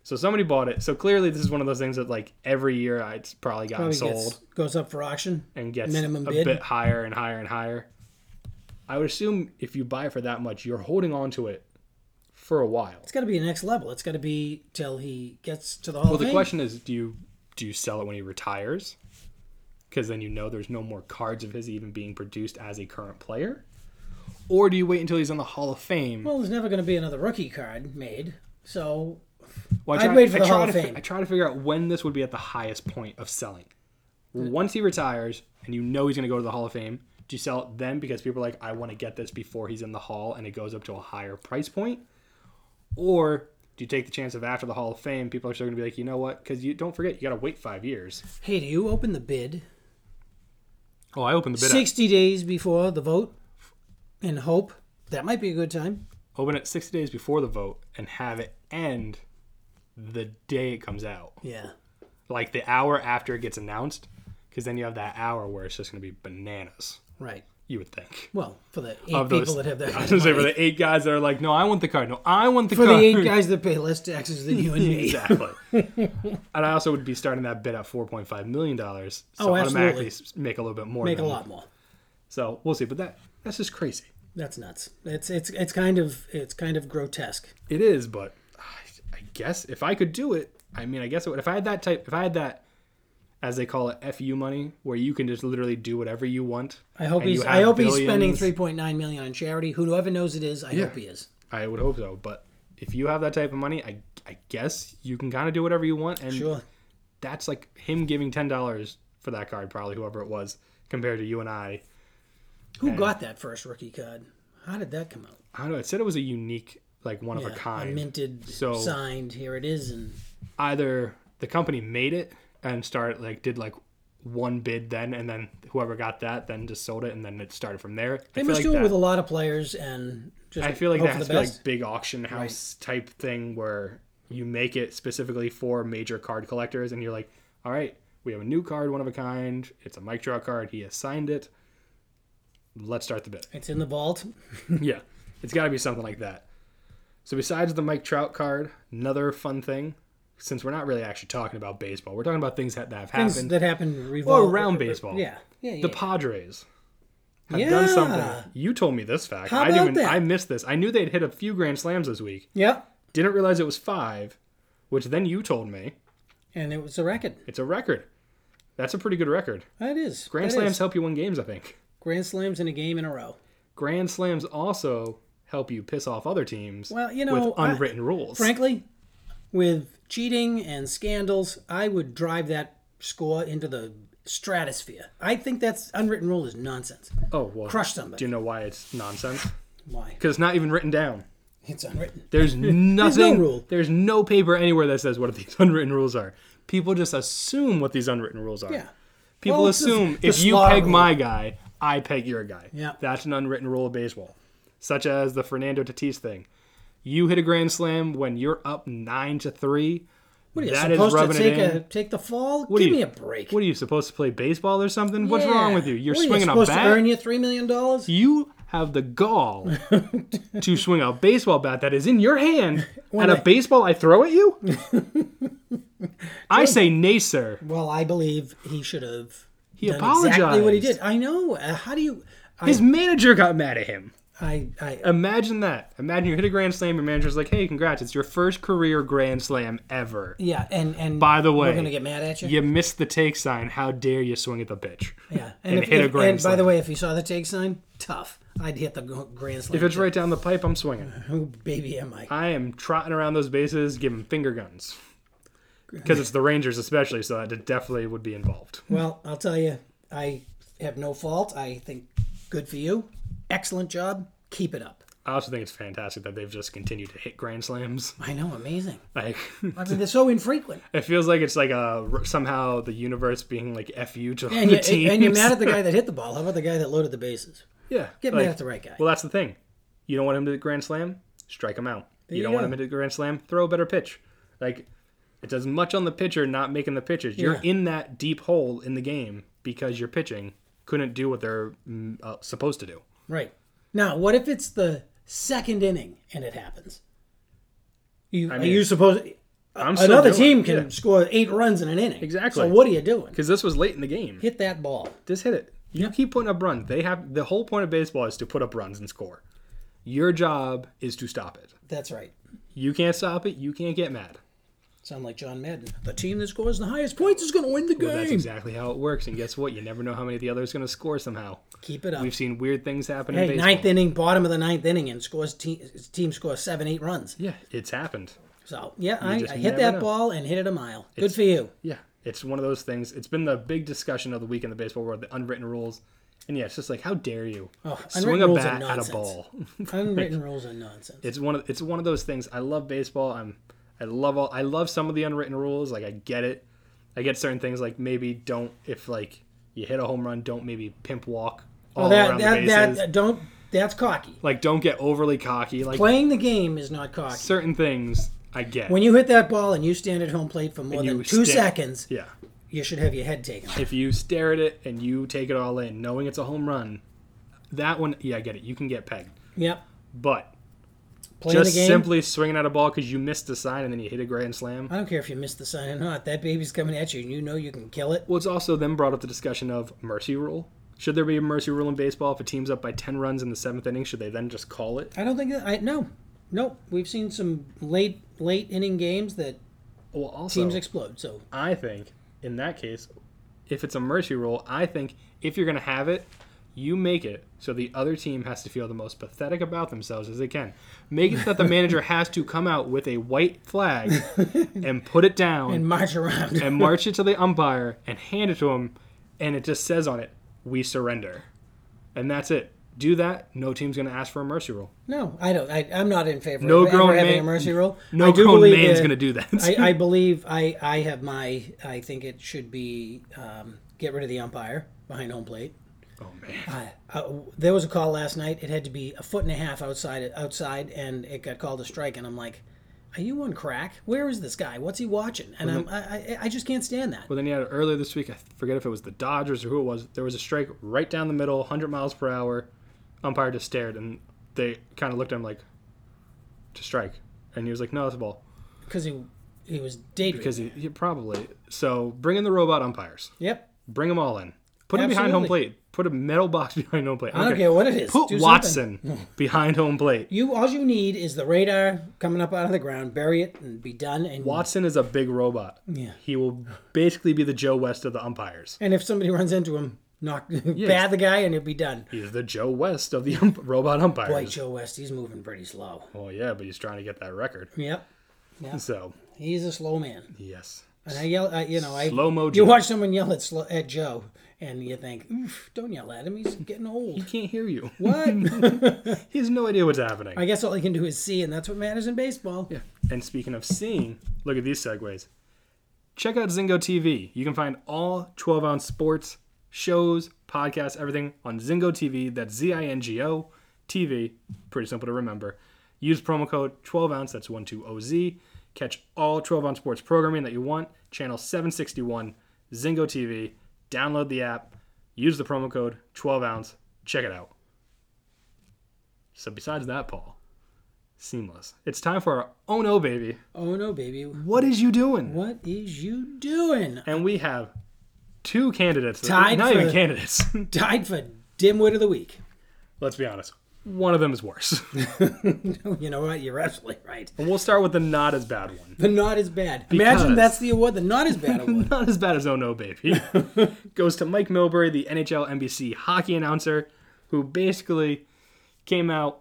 so somebody bought it. So clearly, this is one of those things that like every year uh, it's probably gotten
Probably
sold
gets, goes up for auction.
and gets
minimum
a
bid.
bit higher and higher and higher. I would assume if you buy for that much, you're holding on to it for a while.
It's got to be next level. It's got to be till he gets to the Hall
Well,
of Fame.
the question is, do you do you sell it when he retires? Because then you know there's no more cards of his even being produced as a current player, or do you wait until he's on the Hall of Fame?
Well, there's never going to be another rookie card made. So
Well,
I'd
try-
wait for the
try
Hall
to
of
fi-
Fame.
I try to figure out when this would be at the highest point of selling. Once he retires and you know he's going to go to the Hall of Fame, do you sell it then because people are like, I want to get this before he's in the Hall and it goes up to a higher price point? Or do you take the chance of after the Hall of Fame, people are still going to be like, you know what? Because you don't forget, you got to wait five years.
Hey, do you open the bid
Oh, I opened the bid.
60 days before the vote and hope? That might be a good time.
open it 60 days before the vote and have it end the day it comes out.
Yeah.
Like the hour after it gets announced, because then you have that hour where it's just going to be bananas.
Right.
You would think.
Well, for the eight
Of
people
those-
that have that,
I
kind
was gonna
of
say for
money.
the eight guys that are like, no, I want the card. No, I want the
for
card.
the eight guys that pay less taxes than you and me.
Exactly. and I also would be starting that bid at four point five million dollars. So
Oh, absolutely.
automatically s- make a little bit more.
Make a
than-
lot more.
So we'll see. But that that's just crazy.
That's nuts. It's it's it's kind of it's kind of grotesque.
It is, but I, I guess if I could do it, I mean, I guess it would. If I had that type, if I had that, as they call it, FU money, where you can just literally do whatever you want.
I hope
and you
he's I
have
hope he's spending
billions-
three point nine million on charity. Whoever knows it is, I hope he is.
I would hope so, but if you have that type of money, I I guess you can kind of do whatever you want, and
Sure.
that's like him giving ten dollars for that card, probably whoever it was, compared to you and I.
Who got that first rookie card? How did that come out?
I don't know. It said it was a unique, like one of a
Yeah,
kind.
minted,
So-
signed. Here it is, and
either the company made it and started like did like one bid then and then whoever got that then just sold it and then it started from there.
they
I
must
feel
do
like
it with
that,
a lot of players and just.
I feel like
hope
that
for
has
the
to be
best.
like big auction house type thing where you make it specifically for major card collectors and you're like, all right, we have a new card, one of a kind. It's a Mike Trout card. He has signed it. Let's start the bid.
It's in the vault.
Yeah, it's got to be something like that. So besides the Mike Trout card, another fun thing, since we're not really actually talking about baseball, we're talking about things that, that have
Things
happened
that happen
or
revolve
around baseball.
Yeah, yeah, yeah.
the Padres have
yeah.
done something. You told me this fact.
How
I didn't.
about
Even,
that?
I missed this. I knew they'd hit a few grand slams this week.
Yep,
Didn't realize it was five, which then you told me
and it was a record.
it's a record. That's a pretty good record.
That is
Grand
that
slams
is.
help you win games, I think.
Grand slams in a game in a row.
Grand slams also help you piss off other teams
Well, you
with
know, I-
unwritten rules.
Frankly, with cheating and scandals, I would drive that score into the stratosphere. I think that's unwritten rule is nonsense.
Oh well,
Crush somebody.
Do you know why it's nonsense?
Why?
Because it's not even written down.
It's unwritten.
There's nothing. there's no
rule.
There's no paper anywhere that says what these unwritten rules are. People just assume what these unwritten rules are.
Yeah.
People
Well, it's
assume
the- the
if you
slaughter
peg
rule.
my guy, I peg your guy.
Yeah.
That's an unwritten rule of baseball, such as the Fernando Tatis thing. You hit a grand slam when you're up nine to three.
What are you
That is
supposed to
rubbing it
take
in.
a take the fall?
do
Give
you-
me a break.
What are you supposed to play baseball or something? What's
Yeah.
wrong with you? You're
What are
swinging a
supposed
bat.
to earn you three million dollars
you have the gall to swing a baseball bat that is in your hand at a
I-
baseball I throw at you? I say nay, sir.
well i believe he should have he
apologized.
exactly what he did i know uh, how do you I,
His manager got mad at him.
I i
Uh, Imagine that. Imagine you hit a grand slam. Your manager's like, "Hey, congrats! It's your first career grand slam ever.
yeah and and
By the way,
we're gonna get mad at you
You missed the take sign. How dare you swing at the pitch?
yeah
and
if,
hit a
if-
grand
and by
slam.
the way if you saw the take sign tough i'd hit the gr- grand slam
If it's right down the pipe, I'm swinging.
who baby am i
I am trotting around those bases, giving finger guns, because it's the Rangers, especially. So that definitely would be involved.
well i'll tell you i have no fault i think good for you excellent job keep it up
I also think it's fantastic that they've just continued to hit grand slams.
i know amazing
Like
i mean they're so infrequent
it feels like it's like a somehow the universe being like fu to
and,
the
you,
teams.
and you're mad at the guy that hit the ball how about the guy that loaded the bases
yeah,
Get
like,
mad at the right guy.
Well, that's the thing. You don't want him to hit grand slam, strike him out. you
you
don't want
go.
him to hit grand slam, throw a better pitch. Like it does much on the pitcher not making the pitches. You're
Yeah.
in that deep hole in the game because your pitching couldn't do what they're mm, uh, supposed to do.
Right. Now, what if it's the second inning and it happens? You,
mean,
are you supposed
I'm still
another
doing
team
it,
can
yeah.
score eight runs in an inning? So
Exactly.
what are you doing?
because this was late in the game.
Hit that ball.
Just hit it. You keep putting up runs. They have the whole point of baseball is to put up runs and score. Your job is to stop it.
That's right.
You can't stop it. You can't get mad.
Sound like John Madden. The team that scores the highest points is going to win the game.
Well, that's exactly how it works. And guess what? You never know how many the other is going to score somehow.
Keep it up.
We've seen weird things happen in
Hey,
baseball.
ninth inning, bottom of the ninth inning, and scores team team scores seven, eight runs.
Yeah, it's happened.
So yeah, I,
just
I hit
never
that
know.
ball and hit it a mile. Good for you.
Yeah, it's one of those things. It's been the big discussion of the week in the baseball world, the unwritten rules. And yeah, it's just like, how dare you
Oh, unwritten
swing a
rules are
bat at a
nonsense.
ball?
Unwritten rules are nonsense.
it's one of it's one of those things. I love baseball. I'm I love all I love some of the unwritten rules. Like I get it. I get certain things like maybe don't if like you hit a home run, don't maybe pimp walk all
Well, Oh, that
around the
that,
bases.
that don't. That's cocky.
like don't get overly cocky. Like
Playing the game is not cocky.
certain things I get.
When you hit that ball and you stand at home plate for more
you
than two
stand-
seconds,
yeah.
you should have your head taken. off.
If you stare at it and you take it all in, knowing it's a home run, that one, yeah, I get it. You can get pegged,
Yep.
but
Playing
just
the game.
simply swinging at a ball because you missed a sign and then you hit a grand slam.
I don't care if you miss the sign or not. That baby's coming at you, and you know you can kill it.
Well, it's also then brought up the discussion of mercy rule. Should there be a mercy rule in baseball if a team's up by ten runs in the seventh inning? Should they then just call it?
I don't think that. I no, no. We've seen some late late inning games that
Well, also
teams explode. So
I think in that case, if it's a mercy rule, I think if you're going to have it, you make it so the other team has to feel the most pathetic about themselves as they can. Make it that the manager has to come out with a white flag and put it down
and march around.
and march it to the umpire and hand it to him, and it just says on it, "We surrender," and that's it. Do that. No team's going to ask for a mercy rule.
no, I don't. I, I'm not in favor
No
of ever
grown
having
man-
a mercy rule.
No
I do
grown
believe
man's
that-
going to do that.
I, I believe I, I have my I think it should be um, get rid of the umpire behind home plate.
oh man.
I, uh, there was a call last night. It had to be a foot and a half outside outside, and it got called a strike. And I'm like, "Are you on crack? Where is this guy? What's he watching?" And I'm, I, I I just can't stand that.
Well, then you had earlier this week. I forget if it was the Dodgers or who it was. There was a strike right down the middle, 100 miles per hour. Umpire just stared, and they kind of looked at him like, "To strike," and he was like, "No, that's a ball."
Because he he was daydreaming.
Because he, he probably so bring in the robot umpires.
yep.
Bring them all in. Put them behind home
Absolutely.
plate. Put a metal box behind home plate.
I don't care what it is.
Put
Do something.
Watson behind home plate.
You all you need is the radar coming up out of the ground. Bury it and be done. And
Watson is a big robot.
Yeah.
He will basically be the Joe West of the umpires.
and if somebody runs into him, knock bat the guy, and it'll be done.
He's the Joe West of the ump- robot umpires.
Like Joe West, he's moving pretty slow.
Well, yeah, but he's trying to get that record.
Yep.
So,
He's a slow man.
yes.
And I yell, I, you know, I
Slow-mo
You
Joe.
watch someone yell at slow, at Joe, and you think, Oof, don't yell at him. He's getting
He
old.
can't hear you.
What?
He has no idea what's happening.
I guess all he can do is see, and that's what matters in baseball.
Yeah. And speaking of seeing, look at these segues. Check out Zingo TV. You can find all 12 ounce sports, shows, podcasts, everything on Zingo TV. That's Z I N G O TV. Pretty simple to remember. Use promo code 12 ounce, that's 120Z. Catch all 12 ounce sports programming that you want. Channel 761, Zingo TV. Download the app, use the promo code 12 ounce. Check it out. So, besides that, Paul, seamless. It's time for our Oh No Baby.
Oh no, baby,
What is you doing?
what is you doing?
And we have two candidates.
Tied
Not
for-
even candidates.
Tied for dimwit of the week.
Let's be honest. One of them is worse.
you know what? You're absolutely right.
and we'll start with the not as bad one.
The not as bad.
Because-
Imagine that's the award. The not as bad award.
Not as bad as Oh No Baby. Goes to Mike Milbury, the NHL NBC hockey announcer, who basically came out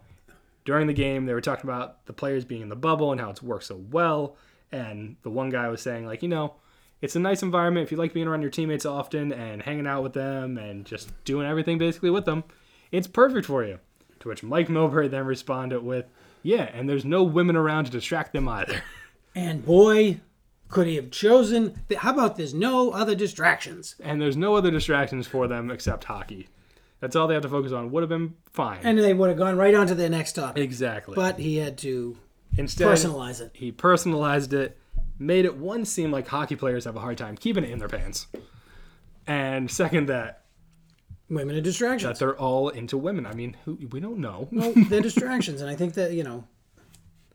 during the game. They were talking about the players being in the bubble and how it's worked so well. And the one guy was saying, like, you know, it's a nice environment if you like being around your teammates often and hanging out with them and just doing everything basically with them. It's perfect for you. To which Mike Milbury then responded with, yeah, and there's no women around to distract them either.
And boy, could he have chosen? The, how about there's no other distractions?
and there's no other distractions for them except hockey. That's all they have to focus on. Would have been fine.
And they would have gone right on to their next topic.
exactly.
But he had to
instead,
personalize it.
he personalized it, made it one seem like hockey players have a hard time keeping it in their pants, and second that
Women are distractions.
that they're all into women. I mean, who, we don't know.
Well, they're distractions, and I think that you know.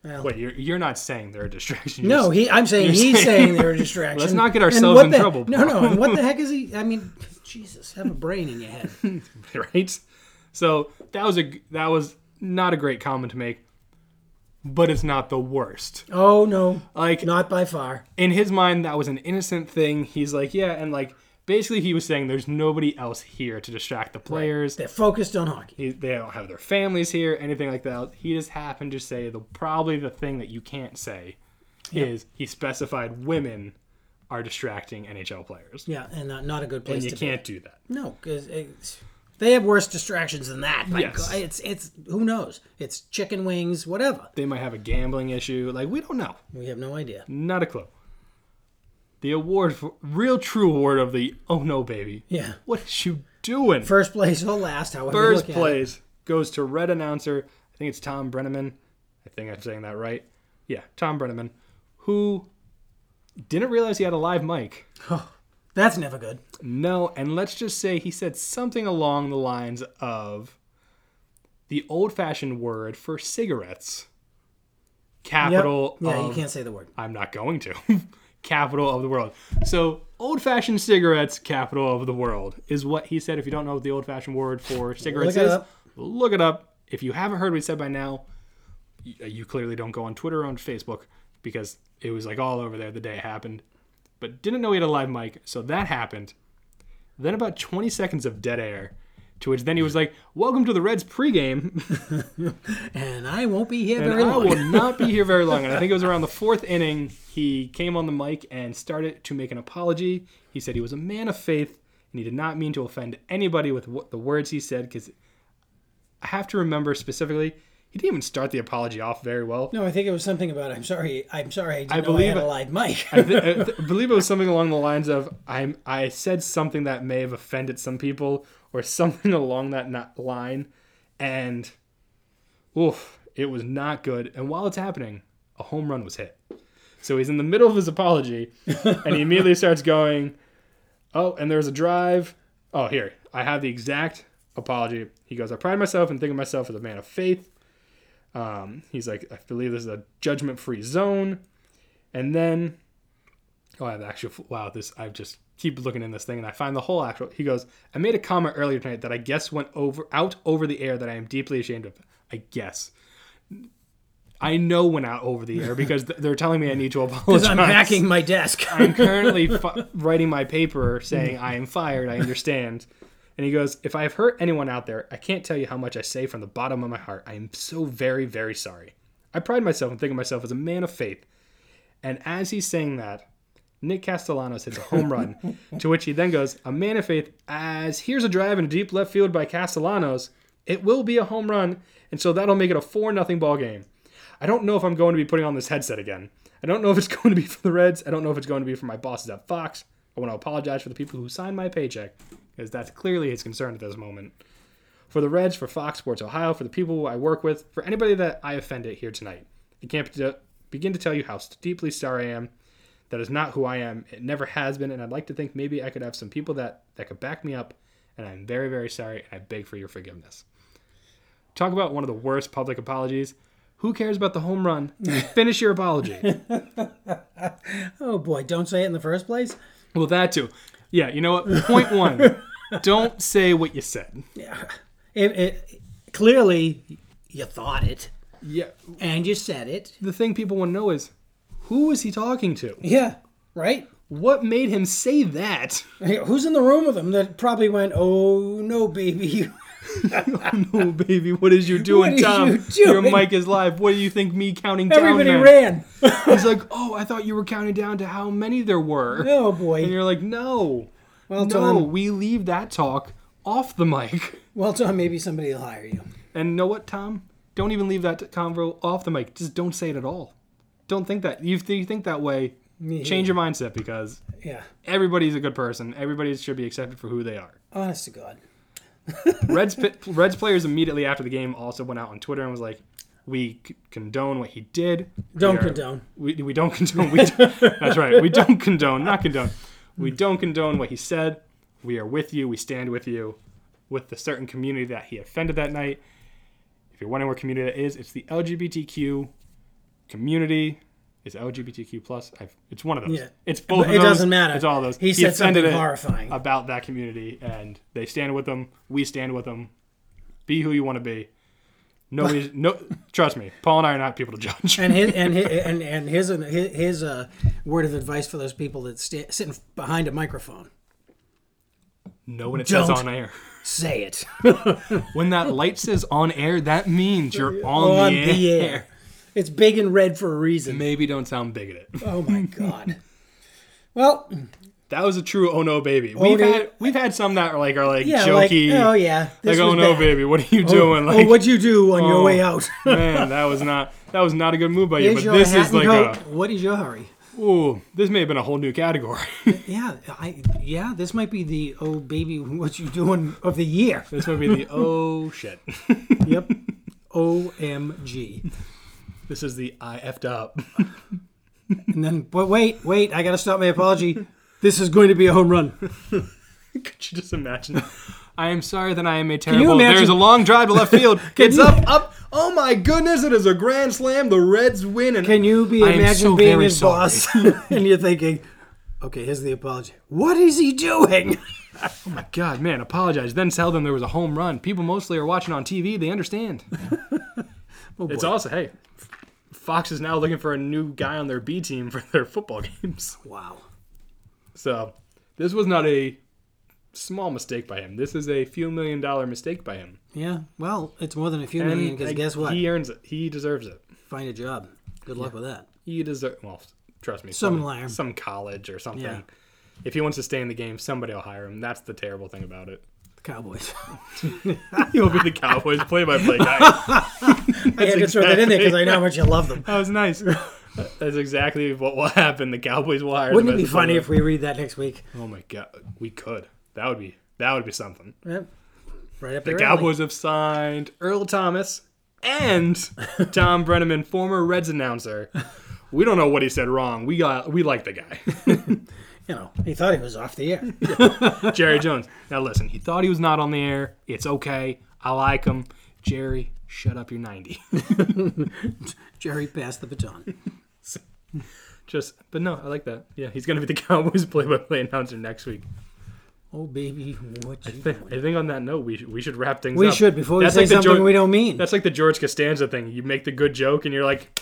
Wait, you're, you're not saying they're a distraction. You're
No, he. I'm saying he's saying, they're a distraction.
Let's not get
And
ourselves
what
in
the-
trouble,
No, no. And what the heck is he? I mean, Jesus, have a brain in your head.
right? So that was a g- that was not a great comment to make, but it's not the worst.
Oh no,
Like
not by far.
in his mind that was an innocent thing he's like yeah and like basically he was saying there's nobody else here to distract the players
They're focused on hockey.
He- they don't have their families here anything like that he just happened to say the probably the thing that you can't say is he specified women are distracting nhl players
Yeah, and not, not a good place
you
to
can't do that
be. No, because they have worse distractions than that. My
Yes.
God, it's it's who knows? It's chicken wings, whatever.
they might have a gambling issue like we don't know
We have no idea.
not a clue the award for real true award of the oh no baby
Yeah,
what is you doing
first place or last, however. you
First
look at it.
place goes to red announcer. I think it's Tom Brenneman. I think I'm saying that right. Yeah, Tom Brenneman, who didn't realize he had a live mic.
That's never good.
No, and let's just say he said something along the lines of, the old-fashioned word for cigarettes. Capital.
Yeah,
of-
you can't say the word.
I'm not going to. capital of the world. So, old fashioned cigarettes, capital of the world, is what he said. If you don't know what the old fashioned word for cigarettes
Look it
is,
up.
look it up. If you haven't heard what he said by now, you, you clearly don't go on Twitter or on Facebook because it was like all over there the day it happened. But didn't know he had a live mic, so that happened. Then about 20 seconds of dead air, to which then he was like, Welcome to the Reds pregame.
And I won't be here
And
very
I
long.
will not be here very long. And I think it was around the fourth inning, he came on the mic and started to make an apology. He said he was a man of faith and he did not mean to offend anybody with what the words he said. Because I have to remember specifically, he didn't even start the apology off very well.
No, I think it was something about I'm sorry. I'm sorry. I didn't know
believe
I had
it-
a live mic.
I, th- I th- believe it was something along the lines of I I said something that may have offended some people or something along that not line, and oof, it was not good. And while it's happening, a home run was hit. So he's in the middle of his apology, and he immediately starts going, "Oh, and there's a drive. Oh, here I have the exact apology." He goes, "I pride myself and think of myself as a man of faith." Um, he's like, "I believe this is a judgment-free zone," and then Oh, I have the actual. Wow, this I just keep looking in this thing, and I find the whole actual. He goes, I made a comment earlier tonight that I guess went over out over the air that I am deeply ashamed of. I guess. I know went out over the air because th- they're telling me I need to apologize.
I'm packing my desk.
I'm currently fi- writing my paper saying I am fired. I understand. And he goes, If I have hurt anyone out there, I can't tell you how much I say from the bottom of my heart. I am so very, very sorry. I pride myself in thinking of myself as a man of faith. And as he's saying that, Nick Castellanos hits a home run, to which he then goes, A man of faith, as here's a drive in deep left field by Castellanos. It will be a home run, and so that'll make it a 4 0 ball game. I don't know if I'm going to be putting on this headset again. I don't know if it's going to be for the Reds. I don't know if it's going to be for my bosses at Fox. I want to apologize for the people who signed my paycheck, because that's clearly his concern at this moment. For the Reds, for Fox Sports Ohio, for the people I work with, for anybody that I offended here tonight. I can't be- begin to tell you how deeply sorry I am. That is not who I am. It never has been, and I'd like to think maybe I could have some people that that could back me up. And I'm very, very sorry, and I beg for your forgiveness. Talk about one of the worst public apologies. Who cares about the home run? Finish your apology.
oh boy, don't say it in the first place.
Well, that too. Yeah, you know what? Point one. Don't say what you said.
It, it, clearly, you thought it
Yeah.
and you said it.
The thing people want to know is who was he talking to?
Yeah, right.
What made him say that?
Who's in the room with him that probably went, "Oh no, baby."
No, Oh, baby, what is you doing,
What is
Tom?
you
Your
doing?
mic is live. What do you think me counting
Everybody
down? meant?
ran.
He's like, oh, I thought you were counting down to how many there were.
oh
And
boy.
you're like, no.
Well,
no,
Tom.
we leave that talk off the mic.
Well, Tom, maybe somebody will hire you.
And know what, Tom? Don't even leave that convo off the mic. Just don't say it at all. Don't think that. You, you think that way, change your mindset because
Yeah.
everybody's a good person. Everybody should be accepted for who they are.
Honest to God.
Reds pi- Reds players immediately after the game also went out on Twitter and was like, "We c- condone what he did. We
Don't
are-
condone.
We, we don't condone. We don't, that's right. We don't condone. Not condone. We don't condone what he said. We are with you. We stand with you, with the certain community that he offended that night. If you're wondering what community that is, it's the LGBTQ community. Is LGBTQ plus? I've, it's one of those.
Yeah.
It's both. of
it
those.
doesn't matter.
It's all those.
He said
offended
something
it
horrifying.
about that community, and they stand with them. We stand with them. Be who you want to be. Nobody's no. Trust me, Paul and I are not people to judge.
and his and his, and and his his, his uh, word of advice for those people that sta sitting behind a microphone:
No, when it
Don't.
says on air,
say it
when that light says on air, that means you're on,
on
the, air.
the air. It's big and red for a reason.
Maybe don't sound bigoted.
Oh my God. Well,
That was a true oh no baby. We've
no.
had we've had some that are like are like
yeah, like,
jokey.
oh yeah,
Like
this
oh
was
no
bad.
baby, what are you doing?
oh,
Like oh.
what'd you do on your way out?
man, that was not that was not a good move by you.
Here's
But
your
this
hat
is
and
like
coat.
a
What is your hurry?
ooh, this may have been a whole new category.
Yeah, I yeah, this might be the oh baby, what you doing of the year?
This might be the oh shit.
Yep. OMG.
This is the I effed up.
And then, but wait, wait, I got to stop my apology. This is going to be a home run.
Could you just imagine I am sorry that I am a terrible.
imagine-
There's a long drive to left field. it's
you-
up, up. Oh my goodness! It is a grand slam. The Reds win. And
Can you be
I am
imagine
so
being
very
his
sorry.
boss and you're thinking, okay, here's the apology. What is he doing?
God, man, apologize. Then tell them there was a home run. People mostly are watching on TV. They understand.
Oh,
it's also hey, Fox is now looking for a new guy on their B team for their football games.
Wow.
So this was not a small mistake by him. This is a few million dollar mistake by him.
Yeah. Well, it's more than a few
And
million because
I-
guess what?
He earns it. He deserves it.
Find a job. Good luck with that.
He deserves. Well, trust me.
Some liar.
Some college or something.
Yeah.
If he wants to stay in the game, somebody will hire him. That's the terrible thing about it.
The Cowboys.
He'll be the Cowboys play-by-play guy.
I had to throw that in there because I know how much you love them.
That was nice. That's exactly what will happen. The Cowboys will hire. the
Wouldn't it be
best
funny
player.
if we read that next week?
Oh my god, we could. That would be. That would be something.
Yep. Right up
The
your alley.
Cowboys have signed Earl Thomas and Tom Brenneman, former Reds announcer. We don't know what he said wrong. We got we like the guy.
You know, he thought he was off the air.
Jerry Jones. Now listen, he thought he was not on the air. It's okay. I like him. Jerry, shut up. You're 90.
Jerry passed the baton.
Just, but no, I like that. Yeah, he's gonna be the Cowboys play-by-play announcer next week.
Oh baby, what you
I think on that note, we should, we should wrap things
We
up.
should before we
That's
say
like the
something
Geor-
we don't mean.
That's like the George Costanza thing. You make the good joke and you're like,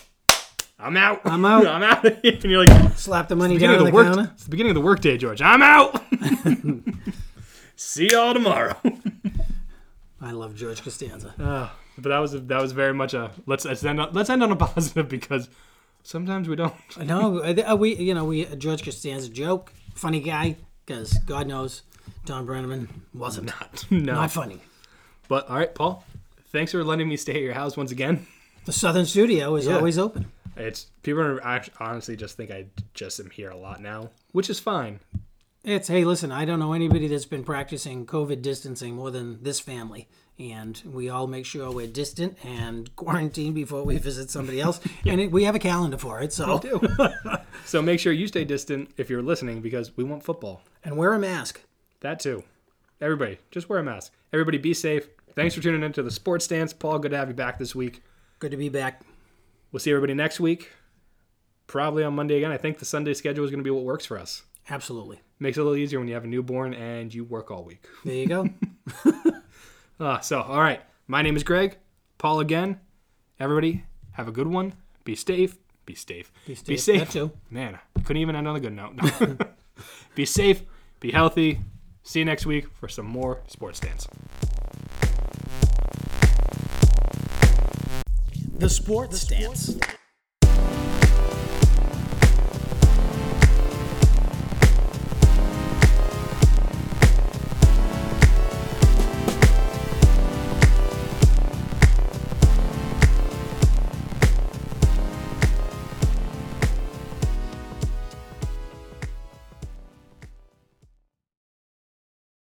I'm out.
I'm out.
I'm out. and you're like,
Slap the money down on
beginning of
the,
the work,
counter.
it's the beginning of the workday, George. I'm out. See y'all tomorrow.
I love George Costanza.
Uh, but that was that was very much a let's let's end on, let's end on a positive because sometimes we don't.
No, I thi- uh, we you know we uh, George Costanza joke, funny guy, because God knows Don Brenneman wasn't
Not no.
not funny.
but all right, Paul. Thanks for letting me stay at your house once again.
The Southern Studio is
Yeah.
always open.
It's people are act- honestly just think I just am here a lot now, which is fine.
It's hey, listen, I don't know anybody that's been practicing COVID distancing more than this family, and we all make sure we're distant and quarantine before we visit somebody else, and it, we have a calendar for it. So
do. so make sure you stay distant if you're listening because we want football.
and wear a mask.
That too. Everybody, just wear a mask. Everybody be safe. Thanks for tuning in to the Sports Stance. Paul, good to have you back this week.
Good to be back.
We'll see everybody next week. Probably on Monday again. I think the Sunday schedule is going to be what works for us.
Absolutely.
Makes it a little easier when you have a newborn and you work all week.
There you go.
Uh, so, all right. My name is Greg. Paul again. Everybody, have a good one. Be safe. Be safe. Be
safe. That too.
Man, couldn't even end on a good note. be safe. Be healthy. See you next week for some more sports dance.
The sports stance.